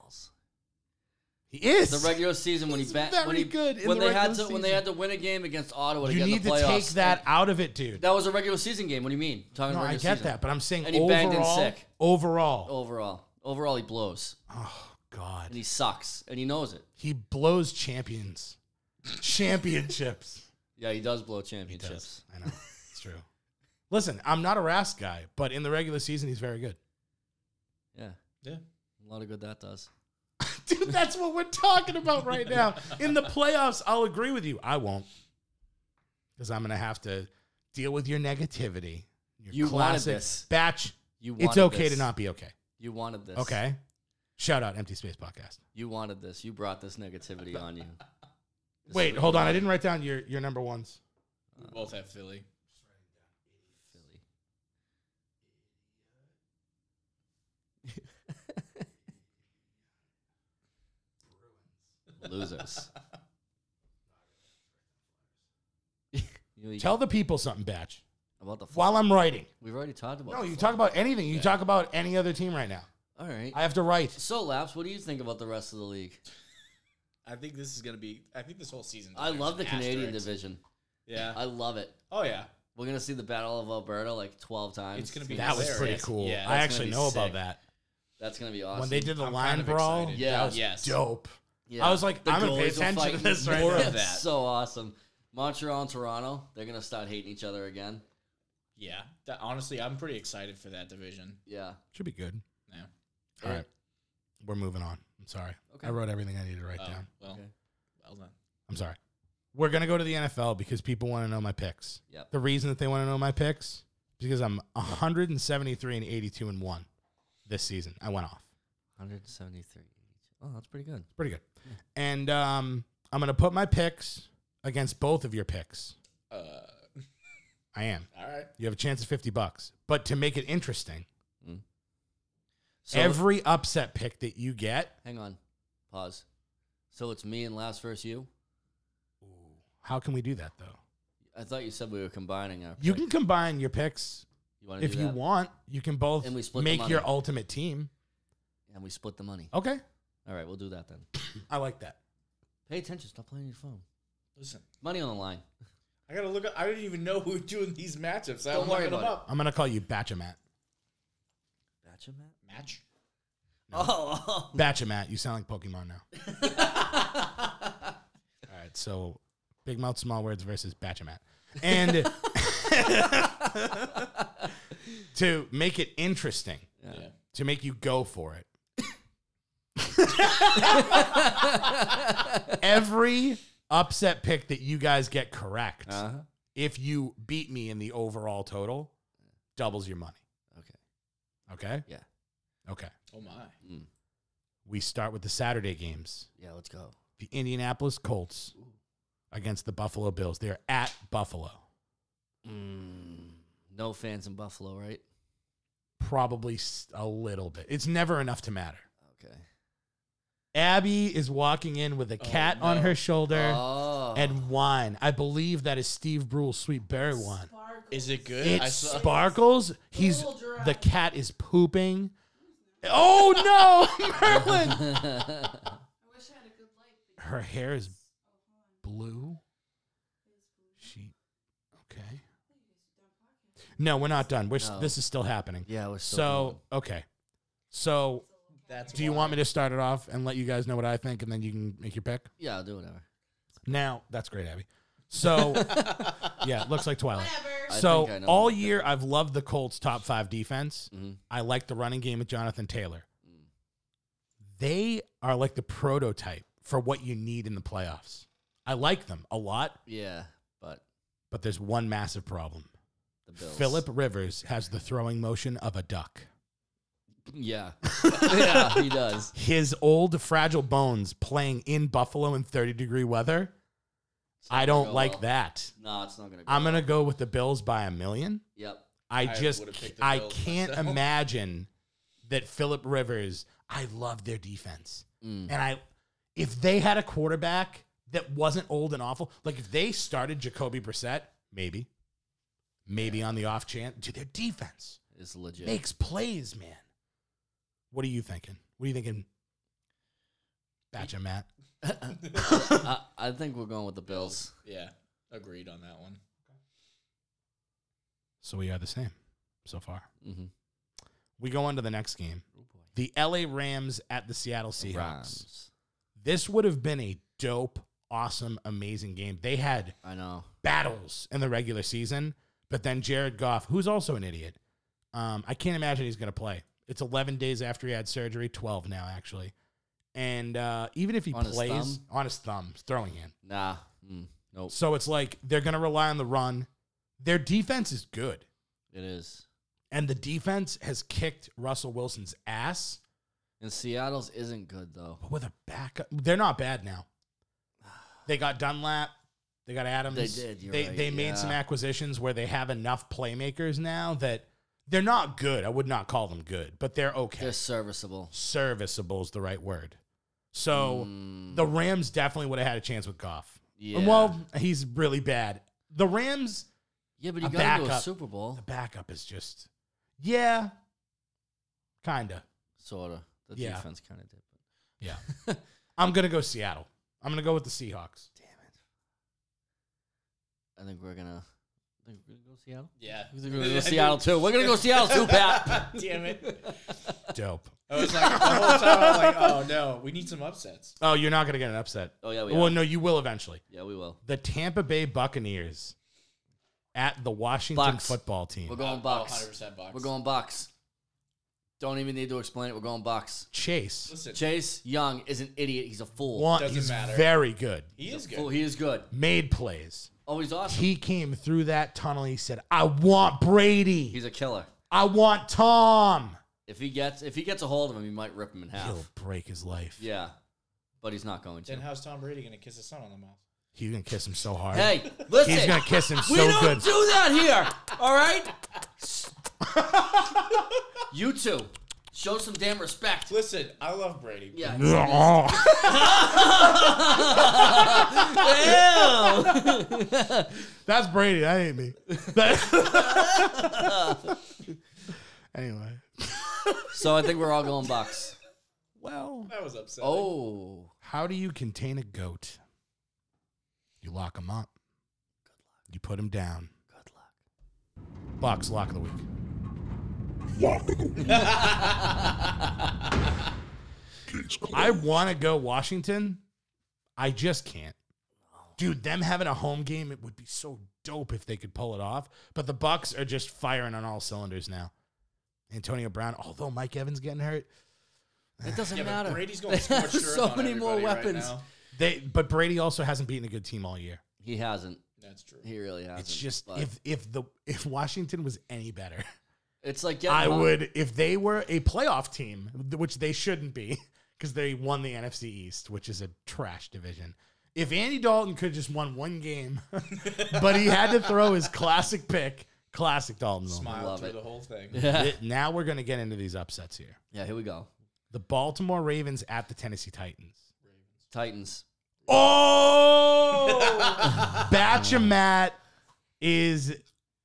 Speaker 2: He is.
Speaker 3: The regular season when he
Speaker 2: He's
Speaker 3: bat, when
Speaker 2: very
Speaker 3: he,
Speaker 2: good in
Speaker 3: when
Speaker 2: the
Speaker 3: they had to
Speaker 2: regular
Speaker 3: when they
Speaker 2: season.
Speaker 3: had to win a game against Ottawa to
Speaker 2: you
Speaker 3: get
Speaker 2: need
Speaker 3: in the
Speaker 2: to
Speaker 3: playoffs.
Speaker 2: take that
Speaker 3: and-
Speaker 2: out of it, dude.
Speaker 3: That was a regular season game. What do you mean? Talking
Speaker 2: no,
Speaker 3: regular
Speaker 2: I get
Speaker 3: season.
Speaker 2: that, but I'm saying
Speaker 3: And he banged in
Speaker 2: overall,
Speaker 3: sick. Oh.
Speaker 2: overall,
Speaker 3: Overall, overall, he blows
Speaker 2: oh god,
Speaker 3: and he sucks and he knows it.
Speaker 2: he blows champions, championships.
Speaker 3: Yeah, he does blow
Speaker 2: He
Speaker 3: championships.
Speaker 2: does. I know. It's true. Listen, I'm not a Rask guy, but in the regular season, he's very good.
Speaker 3: Yeah,
Speaker 4: Yeah.
Speaker 3: a lot of good that does.
Speaker 2: Dude, that's what we're talking about right now. In the playoffs, I'll agree with you. I won't. Because I'm going to have to deal with your negativity. Your
Speaker 3: You wanted
Speaker 2: classic
Speaker 3: this.
Speaker 2: Batch,
Speaker 3: You wanted
Speaker 2: it's okay
Speaker 3: this.
Speaker 2: to not be okay.
Speaker 3: You wanted this.
Speaker 2: Okay. Shout out Empty Space Podcast.
Speaker 3: You wanted this. You brought this negativity on you. This is
Speaker 2: Wait,
Speaker 3: what
Speaker 2: hold
Speaker 3: you
Speaker 2: on. I
Speaker 3: wanted,
Speaker 2: didn't write down your, your number ones.
Speaker 4: We both have Philly.
Speaker 3: Philly. Losers. You- you-
Speaker 2: Tell the people something, Batch,
Speaker 3: about the
Speaker 2: while I'm writing.
Speaker 3: We've already talked about.
Speaker 2: No,
Speaker 3: the
Speaker 2: you
Speaker 3: Flyers.
Speaker 2: talk about anything. You talk about any other team right now.
Speaker 3: All right.
Speaker 2: I have to write.
Speaker 3: so, Laps, what do you think about the rest of the league?
Speaker 4: I think this is gonna be. I think this whole season.
Speaker 3: I
Speaker 4: there's
Speaker 3: love the
Speaker 4: an
Speaker 3: Canadian
Speaker 4: asterisk.
Speaker 3: division.
Speaker 4: Yeah.
Speaker 3: I love it.
Speaker 4: Oh yeah.
Speaker 3: We're gonna see the Battle of Alberta like twelve times.
Speaker 4: It's gonna be
Speaker 2: That was
Speaker 4: hilarious.
Speaker 2: pretty cool. I
Speaker 4: Yeah,
Speaker 3: that's gonna
Speaker 2: actually
Speaker 3: be
Speaker 2: know about
Speaker 3: sick.
Speaker 2: that.
Speaker 3: that's gonna be awesome.
Speaker 2: When they did the
Speaker 4: I'm
Speaker 2: line
Speaker 4: kind of
Speaker 2: brawl,
Speaker 4: excited.
Speaker 3: Yeah.
Speaker 2: that was
Speaker 4: Yes.
Speaker 2: dope.
Speaker 3: Yeah.
Speaker 2: I was like,
Speaker 3: The
Speaker 2: I'm gonna
Speaker 3: goalies
Speaker 2: pay
Speaker 3: will
Speaker 2: attention
Speaker 3: fight
Speaker 2: to this right
Speaker 4: more
Speaker 2: now.
Speaker 4: of that.
Speaker 3: So awesome. Montreal and Toronto, they're gonna start hating each other again.
Speaker 4: Yeah. That, honestly, I'm pretty excited for that division.
Speaker 3: Yeah.
Speaker 2: Should be good.
Speaker 4: Yeah.
Speaker 2: All right, we're moving on. I'm sorry.
Speaker 3: Okay.
Speaker 2: I wrote everything I needed to write
Speaker 4: Oh,
Speaker 2: down.
Speaker 4: well.
Speaker 3: Okay.
Speaker 4: Well done.
Speaker 2: I'm sorry. We're gonna go to the NFL because people want to know my picks.
Speaker 3: Yep.
Speaker 2: The reason that they want to know my picks because I'm 173 and 82 and one this season. I went off.
Speaker 3: 173. Oh, that's pretty good.
Speaker 2: Pretty good. And um, I'm gonna put my picks against both of your picks.
Speaker 4: Uh,
Speaker 2: I am.
Speaker 4: all right.
Speaker 2: You have a chance of 50 bucks. But to make it interesting,
Speaker 3: So
Speaker 2: every upset pick that you get,
Speaker 3: hang on. Pause. So it's me and last versus you?
Speaker 2: how can we do that though?
Speaker 3: I thought you said we were combining our
Speaker 2: You
Speaker 3: pick.
Speaker 2: can combine your picks
Speaker 3: you wanna
Speaker 2: if
Speaker 3: do
Speaker 2: you
Speaker 3: that?
Speaker 2: want. You can both
Speaker 3: And we split the
Speaker 2: make
Speaker 3: money.
Speaker 2: your ultimate team.
Speaker 3: and we split the money.
Speaker 2: Okay.
Speaker 3: All right, we'll do that then.
Speaker 2: I like that.
Speaker 3: Pay attention, stop playing your phone.
Speaker 4: Listen,
Speaker 3: Money on the line.
Speaker 4: I gotta look. Up, I didn't even know who were doing these matchups. I'm
Speaker 3: Don't worry
Speaker 4: looking them
Speaker 3: about it.
Speaker 4: up.
Speaker 2: I'm going to call you Batchamat.
Speaker 3: Batcha Matt?
Speaker 4: Match.
Speaker 3: Oh, oh.
Speaker 2: Batchamat. You sound like Pokemon now. All right. So Big Mouth Small Words versus Batchamat. And to make it interesting,
Speaker 4: Yeah.
Speaker 2: to make you go for it.
Speaker 3: Uh-huh.
Speaker 2: Every upset pick that you guys get correct,
Speaker 3: Uh-huh.
Speaker 2: if you beat me in the overall total, doubles your money.
Speaker 3: Okay.
Speaker 2: Okay?
Speaker 3: Yeah.
Speaker 2: Okay.
Speaker 4: Oh my.
Speaker 3: Mm.
Speaker 2: We start with the Saturday games.
Speaker 3: Yeah, let's go.
Speaker 2: The Indianapolis Colts against the Buffalo Bills. They're at Buffalo.
Speaker 3: Mm, no fans in Buffalo, right?
Speaker 2: Probably s- a little bit. It's never enough to matter.
Speaker 3: Okay.
Speaker 2: Abby is walking in with a cat on
Speaker 4: no.
Speaker 2: her shoulder.
Speaker 3: Oh.
Speaker 2: and wine. I believe that is Steve Brule's sweet berry wine.
Speaker 4: Is it good?
Speaker 2: It
Speaker 4: I saw-
Speaker 2: sparkles. He's the cat is pooping. Oh no, Merlin!
Speaker 3: oh,
Speaker 2: Her hair is blue. Okay. No, we're not done. We're, s
Speaker 3: No.
Speaker 2: This is still happening.
Speaker 3: Yeah, we're still
Speaker 2: So, okay. So,
Speaker 4: That's
Speaker 2: do you want me to start it off and let you guys know what I think and then you can make your pick?
Speaker 3: yeah, I'll do whatever.
Speaker 2: Now, that's great, Abby. So, yeah, it looks like Twilight.
Speaker 3: I
Speaker 2: So,
Speaker 3: think I know
Speaker 2: all
Speaker 3: what Mm-hmm. that
Speaker 2: year, I've loved the Colts' top five defense. I like the running game with Jonathan Taylor.
Speaker 3: Mm.
Speaker 2: They are like the prototype for what you need in the playoffs. I like them a lot,
Speaker 3: Yeah, but
Speaker 2: but there's one massive problem.
Speaker 3: the Bills.
Speaker 2: Philip Rivers has the throwing motion of a duck.
Speaker 3: Yeah. yeah, he does.
Speaker 2: His old fragile bones playing in Buffalo in 30 degree weather.
Speaker 3: It's not
Speaker 2: I
Speaker 3: gonna
Speaker 2: don't
Speaker 3: go
Speaker 2: like
Speaker 3: well.
Speaker 2: that.
Speaker 3: No, it's not gonna. Go
Speaker 2: I'm going to
Speaker 3: well.
Speaker 2: go with the Bills by a million.
Speaker 3: Yep.
Speaker 2: I
Speaker 4: I
Speaker 2: just
Speaker 4: would've
Speaker 2: ca-
Speaker 4: picked the
Speaker 2: I
Speaker 4: Bills
Speaker 2: can't
Speaker 4: myself.
Speaker 2: imagine that Philip Rivers. I love their defense,
Speaker 3: Mm.
Speaker 2: and I if they had a quarterback that wasn't old and awful, like if they started Jacoby Brissett, maybe, maybe on the off chance, dude, their defense
Speaker 3: It's legit.
Speaker 2: makes plays, man. What are you thinking? What are you thinking? Gotcha, Matt.
Speaker 3: I, I think we're going with the Bills.
Speaker 4: Yeah, agreed on that one.
Speaker 2: So we are the same so far.
Speaker 3: Mm-hmm.
Speaker 2: We go on to the next game.
Speaker 3: Oh,
Speaker 2: The LA Rams at the Seattle Seahawks.
Speaker 3: Rams.
Speaker 2: this would have been a dope, awesome, amazing game. They had
Speaker 3: I know.
Speaker 2: battles in the regular season, but then Jared Goff, who's also an idiot, um, I can't imagine he's going to play. It's 11 days after he had surgery, 12 now, actually. And uh, even if he
Speaker 3: On his
Speaker 2: plays
Speaker 3: thumb?
Speaker 2: on his thumb, his throwing hand.
Speaker 3: Nah. Mm. Nope.
Speaker 2: So it's like they're going to rely on the run. Their defense is good,
Speaker 3: It is.
Speaker 2: and the defense has kicked Russell Wilson's ass.
Speaker 3: And Seattle's isn't good though.
Speaker 2: But with a backup, they're not bad now. They got Dunlap. They got Adams.
Speaker 3: They did, you're
Speaker 2: they
Speaker 3: right,
Speaker 2: they made
Speaker 3: yeah.
Speaker 2: some acquisitions where they have enough playmakers now that they're not good. I would not call them good, but they're okay.
Speaker 3: They're serviceable.
Speaker 2: Serviceable is the right word. So
Speaker 3: Mm,
Speaker 2: the Rams definitely would have had a chance with Goff.
Speaker 3: yeah.
Speaker 2: And well, he's really bad. The Rams,
Speaker 3: yeah, but
Speaker 2: a
Speaker 3: he got into a
Speaker 2: backup.
Speaker 3: Super Bowl,
Speaker 2: the backup is just, yeah, kinda.
Speaker 3: sorta. The
Speaker 2: Yeah.
Speaker 3: defense kind of did.
Speaker 2: Yeah. I'm gonna go Seattle. I'm gonna go with the Seahawks.
Speaker 3: I think we're gonna. I think we're gonna go Seattle.
Speaker 4: Yeah,
Speaker 3: I think We're gonna go Seattle too. We're gonna go Seattle too, Pat.
Speaker 4: Damn it!
Speaker 2: Dope.
Speaker 4: I was like the whole time. I'm like, oh no, we need some upsets.
Speaker 2: Oh, you're not going to get an upset.
Speaker 3: Oh yeah, we
Speaker 2: Well,
Speaker 3: are.
Speaker 2: no, you will eventually.
Speaker 3: Yeah, we will.
Speaker 2: The Tampa Bay Buccaneers at the Washington
Speaker 3: Bucks.
Speaker 2: football team.
Speaker 3: We're going
Speaker 4: Oh, Hundred
Speaker 3: Bucks.
Speaker 4: percent box.
Speaker 3: We're going Bucks. Don't even need to explain it. We're going Bucks.
Speaker 2: Chase,
Speaker 4: Listen,
Speaker 3: Chase Young is an idiot. He's a fool.
Speaker 2: one,
Speaker 4: doesn't
Speaker 2: he's
Speaker 4: matter.
Speaker 2: very good.
Speaker 4: he is good.
Speaker 3: Fool. He is good.
Speaker 2: Made plays.
Speaker 3: Oh, he's awesome.
Speaker 2: He came through that tunnel. He said, "I want Brady.
Speaker 3: He's a killer.
Speaker 2: I want Tom."
Speaker 3: If he gets if he gets a hold of him, he might rip him in half.
Speaker 2: He'll break his life.
Speaker 3: Yeah, but he's not going
Speaker 4: Then
Speaker 3: to.
Speaker 4: how's Tom Brady gonna kiss his son on the mouth?
Speaker 2: He's gonna kiss him so hard.
Speaker 3: Hey, listen.
Speaker 2: He's gonna kiss him
Speaker 3: we
Speaker 2: so
Speaker 3: don't
Speaker 2: good.
Speaker 3: do that here. All right. you two, show some damn respect.
Speaker 4: Listen, I love Brady.
Speaker 3: Yeah.
Speaker 2: Ugh.
Speaker 3: Ew.
Speaker 2: That's Brady. That ain't me. That- anyway,
Speaker 3: so I think we're all going Bucks.
Speaker 2: well.
Speaker 4: That was upsetting.
Speaker 3: Oh,
Speaker 2: How do you contain a goat? You lock him up. You put him down.
Speaker 3: good luck.
Speaker 2: Box lock of the week. I want to go Washington. I just can't. Dude, them having a home game, it would be so dope if they could pull it off. But the Bucks are just firing on all cylinders now. Antonio Brown, although Mike Evans getting hurt,
Speaker 3: It doesn't
Speaker 4: yeah,
Speaker 3: matter.
Speaker 4: but Brady's
Speaker 3: They
Speaker 4: going to score
Speaker 3: have
Speaker 4: syrup
Speaker 3: so
Speaker 4: on
Speaker 3: many more
Speaker 4: everybody right
Speaker 3: weapons.
Speaker 4: now.
Speaker 2: they but Brady also hasn't beaten a good team all year.
Speaker 3: He hasn't.
Speaker 4: That's true.
Speaker 3: He really hasn't.
Speaker 2: It's just
Speaker 3: but
Speaker 2: if if the if Washington was any better.
Speaker 3: it's like yeah,
Speaker 2: I
Speaker 3: Tom-
Speaker 2: would if they were a playoff team, th- which they shouldn't be because they won the NFC East, which is a trash division. If Andy Dalton could just won one game, but he had to throw his classic pick, classic Dalton. moment.
Speaker 4: Smile
Speaker 3: love
Speaker 4: through
Speaker 3: it.
Speaker 4: the whole thing.
Speaker 2: Th- Now we're going to get into these upsets here.
Speaker 3: Yeah, here we go.
Speaker 2: The Baltimore Ravens at the Tennessee Titans.
Speaker 3: Titans.
Speaker 2: Oh, Batchamat is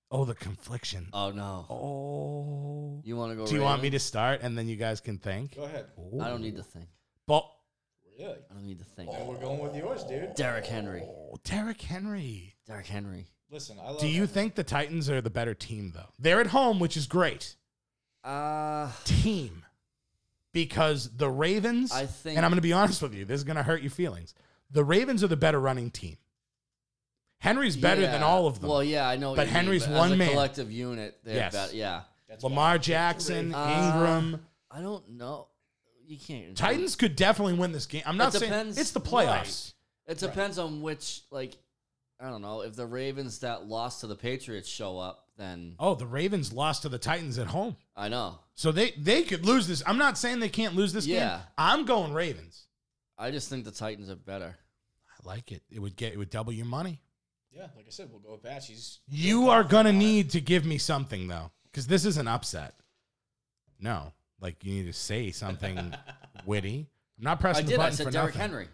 Speaker 2: oh the confliction.
Speaker 3: Oh no.
Speaker 2: Oh,
Speaker 3: You want to go?
Speaker 2: do you want me
Speaker 3: Ravens?
Speaker 2: to start and then you guys can think?
Speaker 4: Go ahead.
Speaker 3: I don't need to think.
Speaker 2: Bal-
Speaker 4: Really?
Speaker 3: I don't need to think.
Speaker 4: And we're going with yours, dude.
Speaker 3: Derrick Henry.
Speaker 2: Oh, Derrick Henry.
Speaker 3: Derrick Henry.
Speaker 4: Listen, I love.
Speaker 2: Do you
Speaker 4: Edmonton.
Speaker 2: think the Titans are the better team though? They're at home, which is great.
Speaker 3: Uh,
Speaker 2: Team. Because the Ravens,
Speaker 3: I think-
Speaker 2: and I'm going to be honest with you, this is going to hurt your feelings. The Ravens are the better running team. Henry's better than
Speaker 3: yeah.
Speaker 2: all of them.
Speaker 3: Well, yeah, I know. what
Speaker 2: But
Speaker 3: you
Speaker 2: Henry's
Speaker 3: mean, but
Speaker 2: one
Speaker 3: as a
Speaker 2: man.
Speaker 3: collective unit. They're
Speaker 2: Yes.
Speaker 3: better- yeah.
Speaker 2: Lamar Jackson,
Speaker 3: Uh,
Speaker 2: Ingram,
Speaker 3: I don't know. You can't.
Speaker 2: Titans could definitely win this game. I'm not saying
Speaker 3: depends-
Speaker 2: it's the
Speaker 3: Right.
Speaker 2: playoffs.
Speaker 3: It depends on which, like, I don't know. If the Ravens that lost to the Patriots show up, then
Speaker 2: Oh, the Ravens lost to the Titans at home.
Speaker 3: I know.
Speaker 2: So they they could lose this. I'm not saying they can't lose this game.
Speaker 3: Yeah.
Speaker 2: I'm going Ravens.
Speaker 3: I just think the Titans are better.
Speaker 2: I like it. It would get it would double your money.
Speaker 4: Yeah, like I said, we'll go with Batshies.
Speaker 2: You are gonna need to give me something though, because this is an upset. No, like you need to say something witty. I'm not
Speaker 3: I
Speaker 2: pressing the
Speaker 3: did. I
Speaker 2: button for
Speaker 3: said Derrick
Speaker 2: nothing.
Speaker 3: Henry.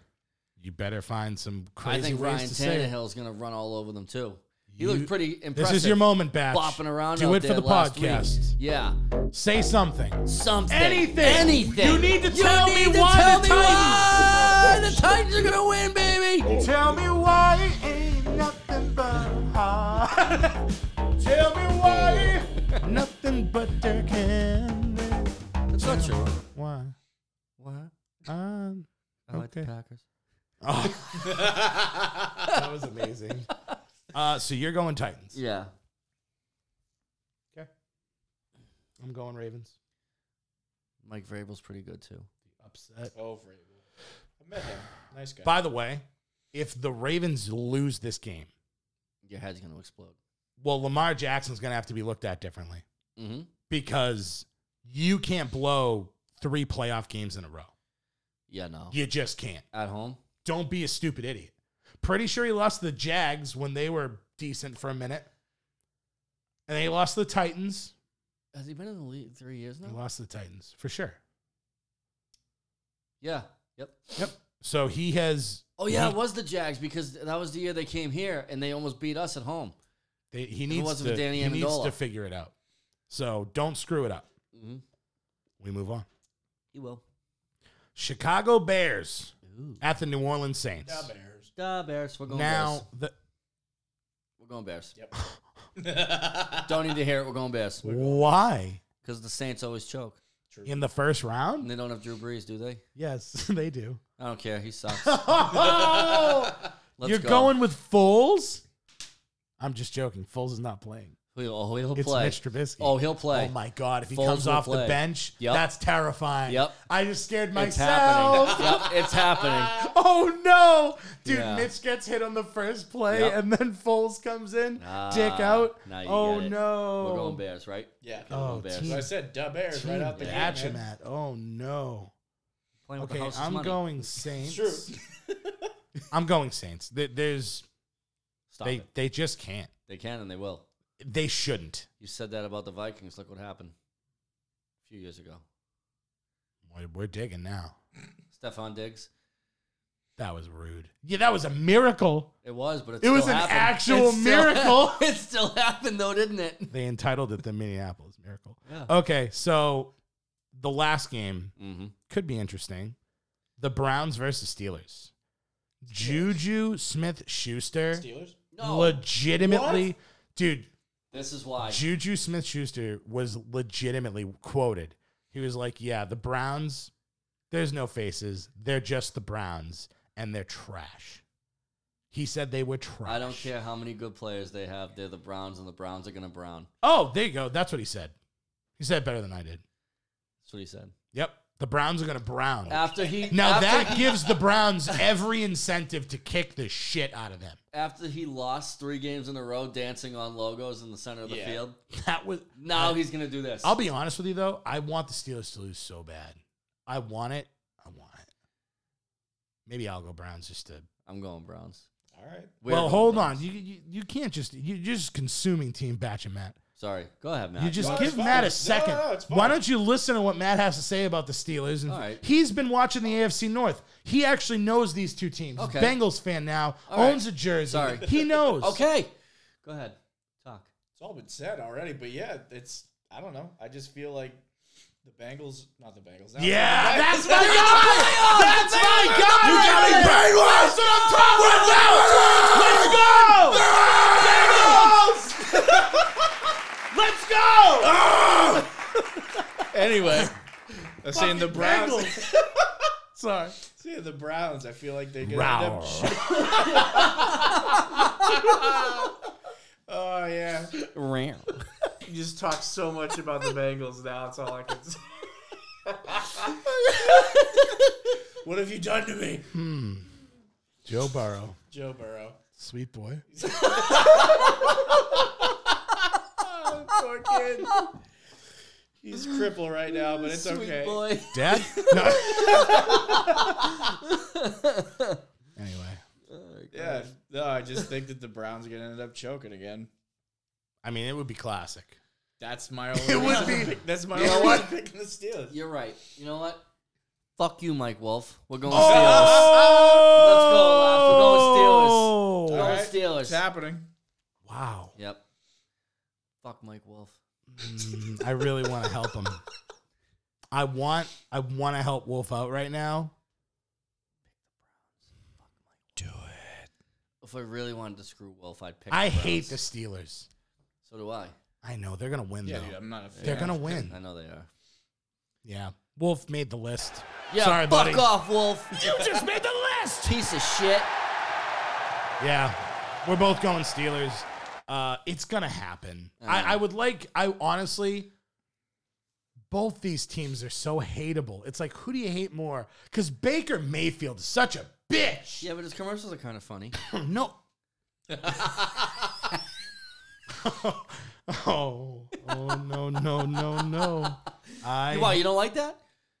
Speaker 2: You better find some
Speaker 3: I
Speaker 2: crazy
Speaker 3: think
Speaker 2: ways
Speaker 3: Ryan
Speaker 2: to say it.
Speaker 3: Tannehill is going to run all over them too. He
Speaker 2: You-
Speaker 3: looked pretty
Speaker 2: This
Speaker 3: impressive.
Speaker 2: is your moment, Batch.
Speaker 3: bopping around.
Speaker 2: Do
Speaker 3: out
Speaker 2: it for the
Speaker 3: there last week.
Speaker 2: podcast.
Speaker 3: Yeah,
Speaker 2: Say something.
Speaker 3: something.
Speaker 2: Anything.
Speaker 3: Anything.
Speaker 2: You need to
Speaker 3: You
Speaker 2: tell
Speaker 3: need
Speaker 2: me
Speaker 3: to
Speaker 2: why
Speaker 3: tell
Speaker 2: the
Speaker 3: me why the Titans are going to win, baby.
Speaker 2: Tell me why it ain't nothing but high. Tell me why nothing but Dirk Henry.
Speaker 3: That's not true.
Speaker 2: Why?
Speaker 3: What?
Speaker 2: Um,
Speaker 3: I like the
Speaker 2: Okay.
Speaker 3: Packers.
Speaker 2: Oh. that was amazing. Uh, so you're going Titans.
Speaker 3: Yeah.
Speaker 2: Okay. I'm going Ravens.
Speaker 3: Mike Vrabel's pretty good too.
Speaker 2: Upset.
Speaker 4: Over it. I met him. Nice guy.
Speaker 2: By the way, if the Ravens lose this game,
Speaker 3: Your head's going to explode.
Speaker 2: well, Lamar Jackson's going to have to be looked at differently
Speaker 3: Mm-hmm.
Speaker 2: because you can't blow three playoff games in a row.
Speaker 3: Yeah, no.
Speaker 2: You just can't.
Speaker 3: At home.
Speaker 2: Don't be a stupid idiot. Pretty sure he lost to the Jags when they were decent for a minute. And they lost to the Titans.
Speaker 3: Has he been in the league three years
Speaker 2: He
Speaker 3: now?
Speaker 2: lost to the Titans for sure.
Speaker 3: Yeah. Yep.
Speaker 2: Yep. So he has.
Speaker 3: Oh yeah,
Speaker 2: he-
Speaker 3: it was the Jags because that was the year they came here and they almost beat us at home.
Speaker 2: They, he
Speaker 3: If it
Speaker 2: needs
Speaker 3: wasn't
Speaker 2: to.
Speaker 3: for Danny
Speaker 2: he needs
Speaker 3: Amendola.
Speaker 2: to figure it out. So don't screw it up.
Speaker 3: Mm-hmm.
Speaker 2: We move on.
Speaker 3: He will.
Speaker 2: Chicago Bears
Speaker 3: Ooh.
Speaker 2: at the New Orleans Saints.
Speaker 4: Da Bears.
Speaker 3: Da Bears. We're going Bears.
Speaker 2: Now the
Speaker 3: We're going Bears.
Speaker 4: Yep.
Speaker 3: Don't need to hear it. We're going Bears
Speaker 2: why
Speaker 3: because the Saints always choke
Speaker 2: in the first
Speaker 3: and
Speaker 2: round?
Speaker 3: they don't have Drew Brees, do they?
Speaker 2: Yes, they do.
Speaker 3: I don't care. He sucks. Let's
Speaker 2: You're
Speaker 3: go.
Speaker 2: going with Foles? I'm just joking. Foles is not playing.
Speaker 3: He'll, oh, he'll
Speaker 2: It's
Speaker 3: play.
Speaker 2: Mitch Trubisky.
Speaker 3: Oh, he'll play.
Speaker 2: Oh my God! If he
Speaker 3: Foles
Speaker 2: comes
Speaker 3: will
Speaker 2: off the
Speaker 3: play.
Speaker 2: bench,
Speaker 3: Yep.
Speaker 2: that's terrifying.
Speaker 3: Yep.
Speaker 2: I just scared
Speaker 3: It's
Speaker 2: myself.
Speaker 3: happening. yep, it's happening.
Speaker 2: Oh no, dude!
Speaker 3: Yeah.
Speaker 2: Mitch gets hit on the first play,
Speaker 3: Yep.
Speaker 2: and then Foles comes in,
Speaker 3: Nah,
Speaker 2: dick out.
Speaker 3: now you
Speaker 2: oh
Speaker 3: get it.
Speaker 2: no!
Speaker 3: We're going Bears, right?
Speaker 4: Yeah.
Speaker 2: Oh,
Speaker 3: Bears.
Speaker 2: team,
Speaker 4: So I said Da Bears right
Speaker 2: team
Speaker 4: out the gate.
Speaker 2: action,
Speaker 4: man.
Speaker 2: Matt. Oh no!
Speaker 3: Playing with the
Speaker 2: Okay,
Speaker 3: house's
Speaker 2: I'm
Speaker 3: money.
Speaker 2: going
Speaker 4: It's
Speaker 2: Saints.
Speaker 4: true.
Speaker 2: I'm going Saints. There- There's
Speaker 3: Stop
Speaker 2: they
Speaker 3: it.
Speaker 2: they just can't.
Speaker 3: They can and they will.
Speaker 2: They shouldn't.
Speaker 3: You said that about the Vikings. Look what happened a few years ago.
Speaker 2: We're, we're digging now.
Speaker 3: Stefan Diggs.
Speaker 2: That was rude. Yeah, that was a miracle.
Speaker 3: It was, but it,
Speaker 2: It was
Speaker 3: still
Speaker 2: an
Speaker 3: happened.
Speaker 2: actual
Speaker 3: It still-
Speaker 2: miracle.
Speaker 3: it still happened, though, didn't it?
Speaker 2: They entitled it the Minneapolis Miracle.
Speaker 3: Yeah.
Speaker 2: Okay, so the last game
Speaker 3: Mm-hmm.
Speaker 2: could be interesting. The Browns versus Steelers. Juju Smith Schuster
Speaker 4: Steelers.
Speaker 3: No.
Speaker 2: legitimately dude,
Speaker 3: this is why.
Speaker 2: Juju Smith Schuster was legitimately quoted. He was like, Yeah, the Browns, there's no faces. They're just the Browns and they're trash. He said they were trash.
Speaker 3: I don't care how many good players they have. They're the Browns, and the Browns are going to brown.
Speaker 2: Oh, there you go. That's what he said. He said it better than I did.
Speaker 3: That's what he said.
Speaker 2: Yep. The Browns are gonna brown.
Speaker 3: After he
Speaker 2: Now
Speaker 3: after
Speaker 2: that
Speaker 3: he,
Speaker 2: gives the Browns every incentive to kick the shit out of them.
Speaker 3: after he lost three games in a row dancing on logos in the center of the
Speaker 4: Yeah.
Speaker 3: field,
Speaker 2: That was
Speaker 3: now he's going to do this.
Speaker 2: I'll be honest with you though, I want the Steelers to lose so bad. I want it. I want it. Maybe I'll go Browns just to.
Speaker 3: I'm going Browns.
Speaker 4: All right.
Speaker 3: We're
Speaker 2: well,
Speaker 3: going
Speaker 2: hold
Speaker 3: Browns.
Speaker 2: on. You, you you can't just you're just consuming team batch and Matt.
Speaker 3: Sorry. Go ahead, Matt.
Speaker 2: You just
Speaker 4: No, it's
Speaker 2: give
Speaker 4: fine.
Speaker 2: Matt
Speaker 4: No,
Speaker 2: a second.
Speaker 4: no, it's
Speaker 2: Why
Speaker 4: fine.
Speaker 2: don't you listen to what Matt has to say about the Steelers? And
Speaker 3: All right.
Speaker 2: he's been watching the AFC North. He actually knows these two teams. He's a
Speaker 3: Okay.
Speaker 2: Bengals fan now.
Speaker 3: All right.
Speaker 2: owns a jersey.
Speaker 3: Sorry.
Speaker 2: He knows.
Speaker 3: okay. Go ahead. Talk.
Speaker 4: It's all been said already, but yeah, it's I don't know. I just feel like the Bengals, not the Bengals. now-
Speaker 2: Yeah,
Speaker 4: the
Speaker 2: that's
Speaker 4: Bengals-
Speaker 2: my guy. That's my guy. You got me brainwashed. That's what I'm talking about. Let's go. Bengals.
Speaker 4: Anyway, I'm saying the
Speaker 2: Fucking
Speaker 4: Browns.
Speaker 2: Bengals. Sorry.
Speaker 4: See, the Browns. I feel like they're gonna end up.
Speaker 2: Rawr.
Speaker 4: Oh yeah.
Speaker 3: Ram.
Speaker 4: You just talk so much about the Bengals now. That's all I can say. what have you done to me,
Speaker 2: Joe Burrow.
Speaker 4: Joe Burrow?
Speaker 2: Sweet boy.
Speaker 4: Ah, Poor kid. He's crippled right now, but it's okay.
Speaker 3: boy.
Speaker 2: Dad? No. anyway,
Speaker 4: Yeah. No, I just think that the Browns are gonna end up choking again.
Speaker 2: I mean, it would be classic.
Speaker 4: That's my only. It would be. That's my
Speaker 3: You know
Speaker 4: only
Speaker 3: what?
Speaker 4: reason to pick the Steelers.
Speaker 3: You're right. You know what? Fuck you, Mike Wolf. We're going Steelers.
Speaker 2: Oh!
Speaker 3: Let's go, Laf. We're going Steelers.
Speaker 4: All
Speaker 3: Go Steelers.
Speaker 4: It's happening.
Speaker 2: Wow.
Speaker 3: Yep. Fuck Mike Wolf.
Speaker 2: Mm, I really want to help him. I want I want to help Wolf out right now.
Speaker 3: If I really wanted to screw Wolf, I'd pick.
Speaker 2: I
Speaker 3: the Browns.
Speaker 2: hate the Steelers.
Speaker 3: So do I.
Speaker 2: I know they're gonna win
Speaker 4: Yeah,
Speaker 2: though.
Speaker 4: dude, I'm not a fan.
Speaker 2: they're gonna
Speaker 3: I
Speaker 2: win.
Speaker 3: know they are.
Speaker 2: Yeah. Wolf made the list.
Speaker 3: Yeah,
Speaker 2: Sorry,
Speaker 3: fuck
Speaker 2: buddy.
Speaker 3: off, Wolf.
Speaker 2: You just made the list.
Speaker 3: Piece of shit.
Speaker 2: Yeah. We're both going Steelers. Uh, it's gonna happen. I, I would like. I honestly, both these teams are so hateable. It's like, who do you hate more? Because Baker Mayfield is such a bitch.
Speaker 3: Yeah, but his commercials are kind of funny.
Speaker 2: No. oh, oh, no, no, no, no. I,
Speaker 3: Why you don't like that?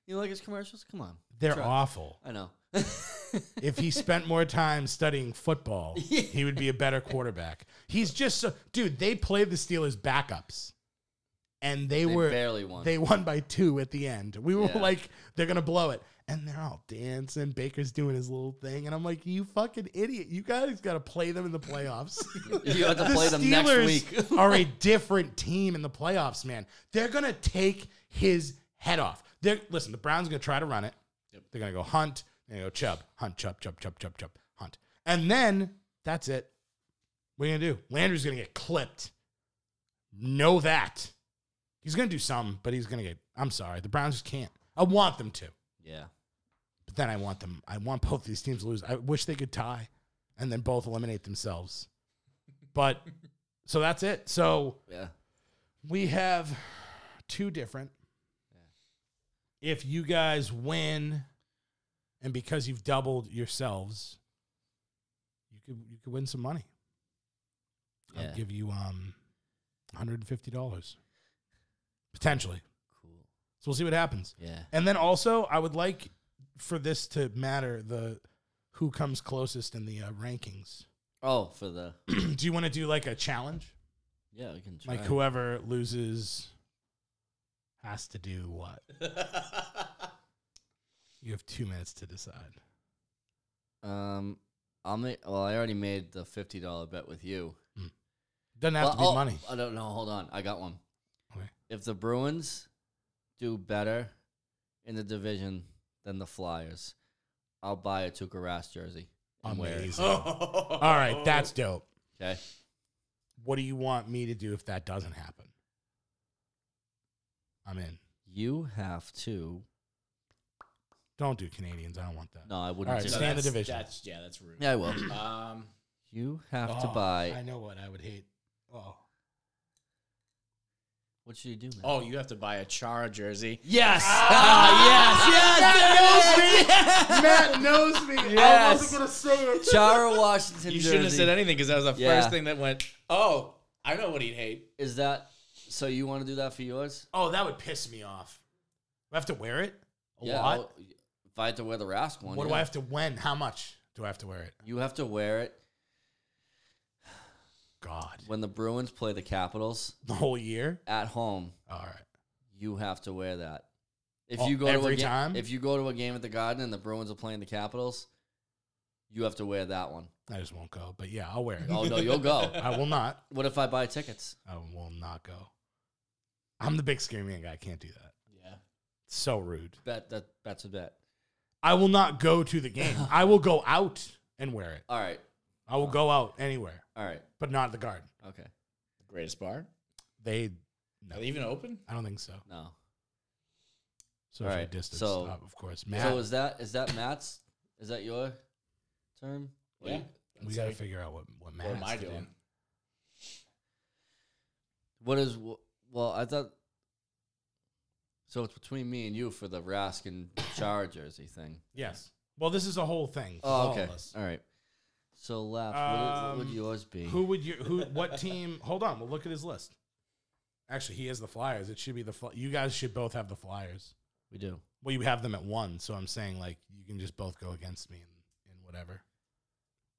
Speaker 3: You don't like his commercials? Come on.
Speaker 2: they're
Speaker 3: Try.
Speaker 2: awful.
Speaker 3: I know.
Speaker 2: If he spent more time studying football, he would be a better quarterback. He's just so, dude, they played the Steelers backups. And they,
Speaker 3: They
Speaker 2: were
Speaker 3: barely won.
Speaker 2: They won by two at the end. We were
Speaker 3: Yeah.
Speaker 2: like, they're gonna blow it, and they're all dancing. Baker's doing his little thing, and I'm like, you fucking idiot! You guys gotta play them in the playoffs.
Speaker 3: You have to
Speaker 2: the
Speaker 3: play
Speaker 2: Steelers
Speaker 3: them next week.
Speaker 2: are a different team in the playoffs, man. They're gonna take his head off. They're listen. The Browns are gonna try to run it. They're gonna go Hunt. They go Chubb. Hunt. Chubb. Chubb. Chubb. Chubb. Chubb. Hunt. And then that's it. What are you gonna do? Landry's gonna get clipped. Know that. He's gonna do something, but he's gonna get. I'm sorry. The Browns just can't. I want them to,
Speaker 3: yeah.
Speaker 2: but then I want them. I want both these teams to lose. I wish they could tie, and then both eliminate themselves. But so that's it. So
Speaker 3: Yeah.
Speaker 2: we have two different. If you guys win, and because you've doubled yourselves, you could you could win some money.
Speaker 3: Yeah.
Speaker 2: I'll give you um, hundred and fifty dollars potentially.
Speaker 3: Cool.
Speaker 2: So we'll see what happens.
Speaker 3: Yeah.
Speaker 2: And then also, I would like for this to matter the who comes closest in the uh, rankings.
Speaker 3: Oh, for the
Speaker 2: do you want to do like a challenge?
Speaker 3: yeah, we can try.
Speaker 2: Like whoever loses has to do what? you have two minutes to decide.
Speaker 3: Um, I'll make. Well, I already made the fifty dollar bet with you.
Speaker 2: Doesn't have
Speaker 3: Well,
Speaker 2: to be
Speaker 3: oh,
Speaker 2: money.
Speaker 3: I don't know. Hold on, I got one.
Speaker 2: Okay.
Speaker 3: If the Bruins do better in the division than the Flyers, I'll buy a Tuukka Rask jersey. and wear it.
Speaker 2: Amazing.
Speaker 4: Oh.
Speaker 2: All right, that's dope.
Speaker 3: Oh. Okay.
Speaker 2: What do you want me to do if that doesn't happen? I'm in.
Speaker 3: You have to.
Speaker 2: Don't do Canadians. I don't want that.
Speaker 3: No, I
Speaker 2: All
Speaker 3: wouldn't
Speaker 2: right,
Speaker 3: do
Speaker 2: stay
Speaker 3: that.
Speaker 2: in the division.
Speaker 4: That's yeah, that's rude.
Speaker 3: Yeah, I will.
Speaker 4: Um,
Speaker 3: You have to
Speaker 2: Oh, I
Speaker 3: buy.
Speaker 2: know what I would hate. Oh.
Speaker 3: What should you do, man?
Speaker 4: oh, you have to buy a Chara jersey.
Speaker 3: Yes. Ah,
Speaker 2: Matt knows me. I wasn't
Speaker 3: Yes.
Speaker 2: gonna say it.
Speaker 3: yes. Chara Washington
Speaker 4: You
Speaker 3: jersey.
Speaker 4: shouldn't have said anything because that was the
Speaker 3: Yeah.
Speaker 4: first thing that went. Oh, I know what he'd hate.
Speaker 3: Is that so? You want to do that for yours?
Speaker 2: Oh, that would piss me off. Do I have to wear it a
Speaker 3: yeah.
Speaker 2: lot.
Speaker 3: I'll- if I had to wear the Rask one,
Speaker 2: what do
Speaker 3: yeah.
Speaker 2: I have to? When? How much do I have to wear it?
Speaker 3: You have to wear it
Speaker 2: God,
Speaker 3: when the Bruins play the Capitals
Speaker 2: the whole year.
Speaker 3: at home.
Speaker 2: All right.
Speaker 3: You have to wear that. If
Speaker 2: Oh,
Speaker 3: you go to
Speaker 2: every
Speaker 3: a ga-
Speaker 2: time?
Speaker 3: if you go to a game at the Garden and the Bruins are playing the Capitals, you have to wear that one.
Speaker 2: I just won't go. But yeah, I'll wear it.
Speaker 3: Oh no, you'll go.
Speaker 2: I will not.
Speaker 3: What if I buy tickets?
Speaker 2: I will not go. I'm the big screaming guy. I can't do that.
Speaker 4: Yeah.
Speaker 2: It's so rude.
Speaker 3: Bet that that's a bet.
Speaker 2: I will not go to the game. I will go out and wear it.
Speaker 3: All right,
Speaker 2: I will go out anywhere,
Speaker 3: all right,
Speaker 2: but not the garden.
Speaker 3: okay.
Speaker 4: Greatest bar.
Speaker 2: They
Speaker 4: Are they even open?
Speaker 2: I don't think so.
Speaker 3: No.
Speaker 2: Social
Speaker 3: right,
Speaker 2: distance,
Speaker 3: so-
Speaker 2: uh, of course. Matt,
Speaker 3: So is that is that Matt's? Is that your term? What do
Speaker 4: Yeah.
Speaker 3: you-
Speaker 2: we got to figure out what what Matt
Speaker 4: What am
Speaker 2: has
Speaker 4: I
Speaker 2: to do.
Speaker 4: doing?
Speaker 3: What is wh- well? I thought. So it's between me and you for the Raskin Char jersey thing.
Speaker 2: Yes. Well, this is a whole thing. for
Speaker 3: Oh,
Speaker 2: all
Speaker 3: okay.
Speaker 2: of us.
Speaker 3: All right. So left. what, would- what
Speaker 2: Um,
Speaker 3: would yours be?
Speaker 2: Who would you? Who? What team? Hold on. We'll look at his list. Actually, he has the Flyers. It should be the fly, you guys should both have the Flyers.
Speaker 3: we do.
Speaker 2: Well, you have them at one, so I'm saying like you can just both go against me and, and whatever.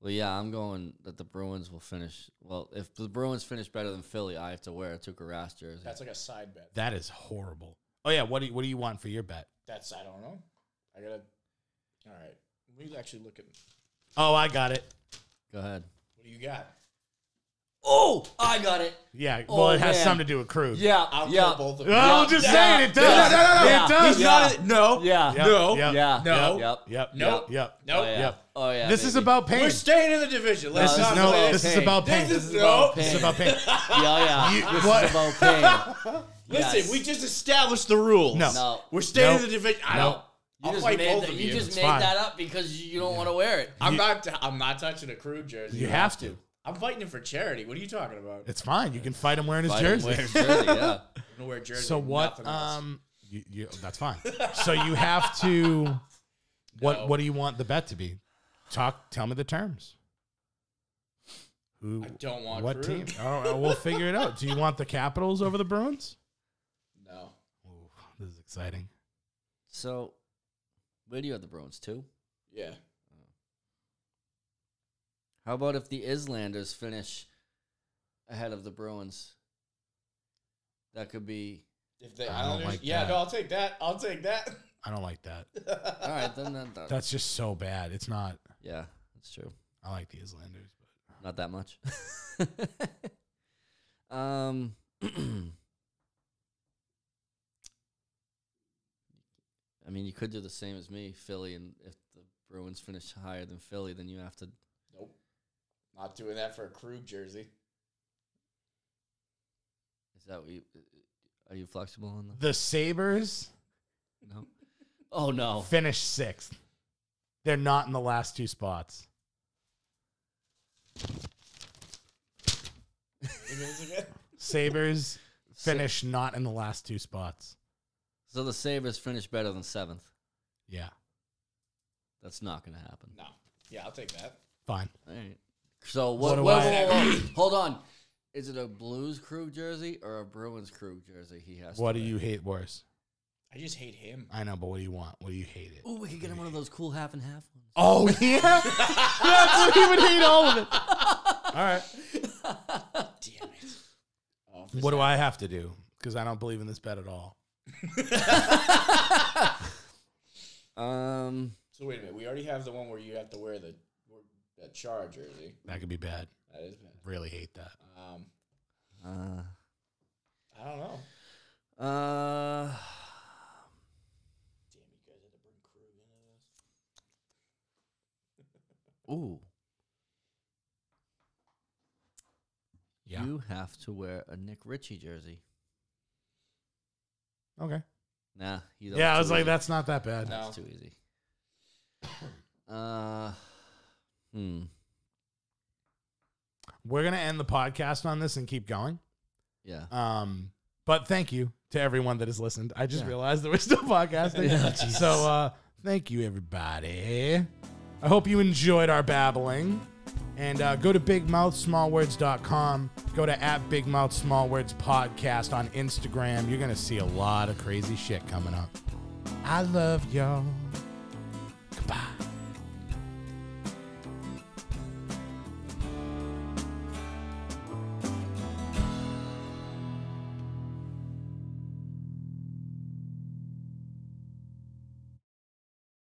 Speaker 3: Well, yeah, I'm going that the Bruins will finish. Well, if the Bruins finish better than Philly, I have to wear a Tuukka Rask jersey.
Speaker 4: That's like a side bet.
Speaker 2: That is horrible. Oh yeah, what do you, what do you want for your bet?
Speaker 4: That's I don't know. I gotta. All right, we actually look at
Speaker 2: Oh, I got it.
Speaker 3: Go ahead.
Speaker 4: what do you got?
Speaker 3: Oh, I got it.
Speaker 2: Yeah.
Speaker 3: Oh,
Speaker 2: well, it has
Speaker 3: man.
Speaker 2: something to do with crew.
Speaker 3: Yeah,
Speaker 4: I'll
Speaker 3: yeah.
Speaker 4: kill both of
Speaker 2: Oh,
Speaker 4: you.
Speaker 2: I'm
Speaker 3: Yeah,
Speaker 2: just
Speaker 3: yeah,
Speaker 2: saying it does.
Speaker 3: yeah, no, no, no,
Speaker 2: It
Speaker 3: no.
Speaker 2: does.
Speaker 3: He's not
Speaker 4: a- no.
Speaker 3: Yeah.
Speaker 2: Yep,
Speaker 4: No.
Speaker 2: Yep.
Speaker 3: Yeah.
Speaker 4: No.
Speaker 3: Yep.
Speaker 2: Yep.
Speaker 4: No.
Speaker 2: Yep.
Speaker 3: Oh,
Speaker 4: No.
Speaker 3: yeah.
Speaker 2: Yep.
Speaker 3: Oh yeah.
Speaker 2: this is
Speaker 3: baby.
Speaker 2: about pain.
Speaker 4: We're staying in the division. Let's
Speaker 2: this is
Speaker 4: not
Speaker 2: no.
Speaker 4: play.
Speaker 2: This is
Speaker 3: pain.
Speaker 2: about pain.
Speaker 4: This is
Speaker 3: about
Speaker 4: no.
Speaker 3: pain.
Speaker 2: This is about pain.
Speaker 3: Yeah, yeah.
Speaker 2: You-
Speaker 3: this
Speaker 2: what-
Speaker 3: is about pain.
Speaker 4: Listen,
Speaker 3: Yes.
Speaker 4: we just established the rules.
Speaker 2: No.
Speaker 3: No.
Speaker 4: We're staying
Speaker 2: No.
Speaker 4: in the division. I
Speaker 2: No.
Speaker 4: don't.
Speaker 3: You
Speaker 4: I'll
Speaker 3: just
Speaker 4: fight
Speaker 3: made
Speaker 4: both
Speaker 3: that.
Speaker 4: of
Speaker 3: You,
Speaker 4: you.
Speaker 3: just
Speaker 2: It's
Speaker 3: made
Speaker 2: fine.
Speaker 3: that up because you don't want to wear it.
Speaker 4: I'm not. I'm not touching a crew jersey.
Speaker 2: You have to.
Speaker 4: I'm fighting for charity. What are you talking about?
Speaker 2: It's fine. You can fight him wearing his
Speaker 3: Fight him
Speaker 2: jersey.
Speaker 3: wearing his jersey, yeah.
Speaker 4: I'm gonna wear jersey.
Speaker 2: So what?
Speaker 4: nothing else.
Speaker 2: Um, you, you, that's fine. so you have to. What
Speaker 4: No.
Speaker 2: What do you want the bet to be? Talk. Tell me the terms. Who?
Speaker 4: I don't want
Speaker 2: what
Speaker 4: Crew.
Speaker 2: team? All right, we'll figure it out. Do you want the Capitals over the Bruins?
Speaker 4: No.
Speaker 2: Ooh, this is exciting.
Speaker 3: So, where do you have the Bruins too?
Speaker 4: Yeah.
Speaker 3: How about if the Islanders finish ahead of the Bruins? That could be.
Speaker 4: If they,
Speaker 2: I
Speaker 4: I
Speaker 2: don't
Speaker 4: don't
Speaker 2: like
Speaker 4: yeah,
Speaker 2: that.
Speaker 4: no, I'll take that. I'll take that.
Speaker 2: I don't like that.
Speaker 3: All right, then. then, then-
Speaker 2: That's just so bad. It's not.
Speaker 3: yeah, that's true.
Speaker 2: I like the Islanders. But
Speaker 3: Not that much. um. I mean, you could do the same as me, Philly, and if the Bruins finish higher than Philly, then you have to.
Speaker 4: Nope. Not doing that for a Krug jersey.
Speaker 3: Is that what you? Are you flexible on that?
Speaker 2: the Sabers
Speaker 3: No. Oh no.
Speaker 2: finished sixth. They're not in the last two spots.
Speaker 4: What was it again?
Speaker 2: Sabers finish not in the last two spots.
Speaker 3: So the Sabres finish better than seventh.
Speaker 2: Yeah,
Speaker 3: That's not going to happen.
Speaker 4: no. Yeah, I'll take that.
Speaker 2: fine.
Speaker 3: All right. So
Speaker 2: What
Speaker 3: what?
Speaker 2: do
Speaker 3: whoa,
Speaker 2: I-
Speaker 3: whoa, whoa, whoa. Hold on. Is it a Blues crew jersey or a Bruins crew jersey? He has.
Speaker 2: What
Speaker 3: to
Speaker 2: do
Speaker 3: wear?
Speaker 2: you hate worse?
Speaker 4: I just hate him.
Speaker 2: I know, but what do you want? What do you hate it?
Speaker 3: Ooh, we could get him one of those cool half and half ones.
Speaker 2: Oh yeah, that's what he would hate all of it. All right.
Speaker 4: Damn it. Oh, if
Speaker 2: What do I have to do? Because I don't believe in this bet at all.
Speaker 3: Um.
Speaker 4: So wait a minute. We already have the one where you have to wear the that char jersey.
Speaker 2: That could be bad.
Speaker 4: That is bad.
Speaker 2: Really hate that.
Speaker 4: Um,
Speaker 3: Uh.
Speaker 4: I don't know.
Speaker 3: Uh.
Speaker 4: Damn, you guys had to bring Krug into this.
Speaker 3: Ooh.
Speaker 2: Yeah.
Speaker 3: You have to wear a Nick Ritchie jersey.
Speaker 2: Okay.
Speaker 3: Nah. you- that
Speaker 2: Yeah, I was
Speaker 3: too
Speaker 2: like,
Speaker 3: easy.
Speaker 2: that's not that bad.
Speaker 3: That's
Speaker 4: No.
Speaker 3: too easy. Uh. Hmm.
Speaker 2: We're gonna end the podcast on this and keep going.
Speaker 3: Yeah.
Speaker 2: Um, but thank you to everyone that has listened. I just
Speaker 3: Yeah.
Speaker 2: realized that we're still podcasting.
Speaker 3: Yeah,
Speaker 2: so uh, thank you, everybody. I hope you enjoyed our babbling. And uh, go to bigmouthsmallwords.com. Go to at Big Mouth Small Words Podcast on Instagram. You're going to see a lot of crazy shit coming up. I love y'all.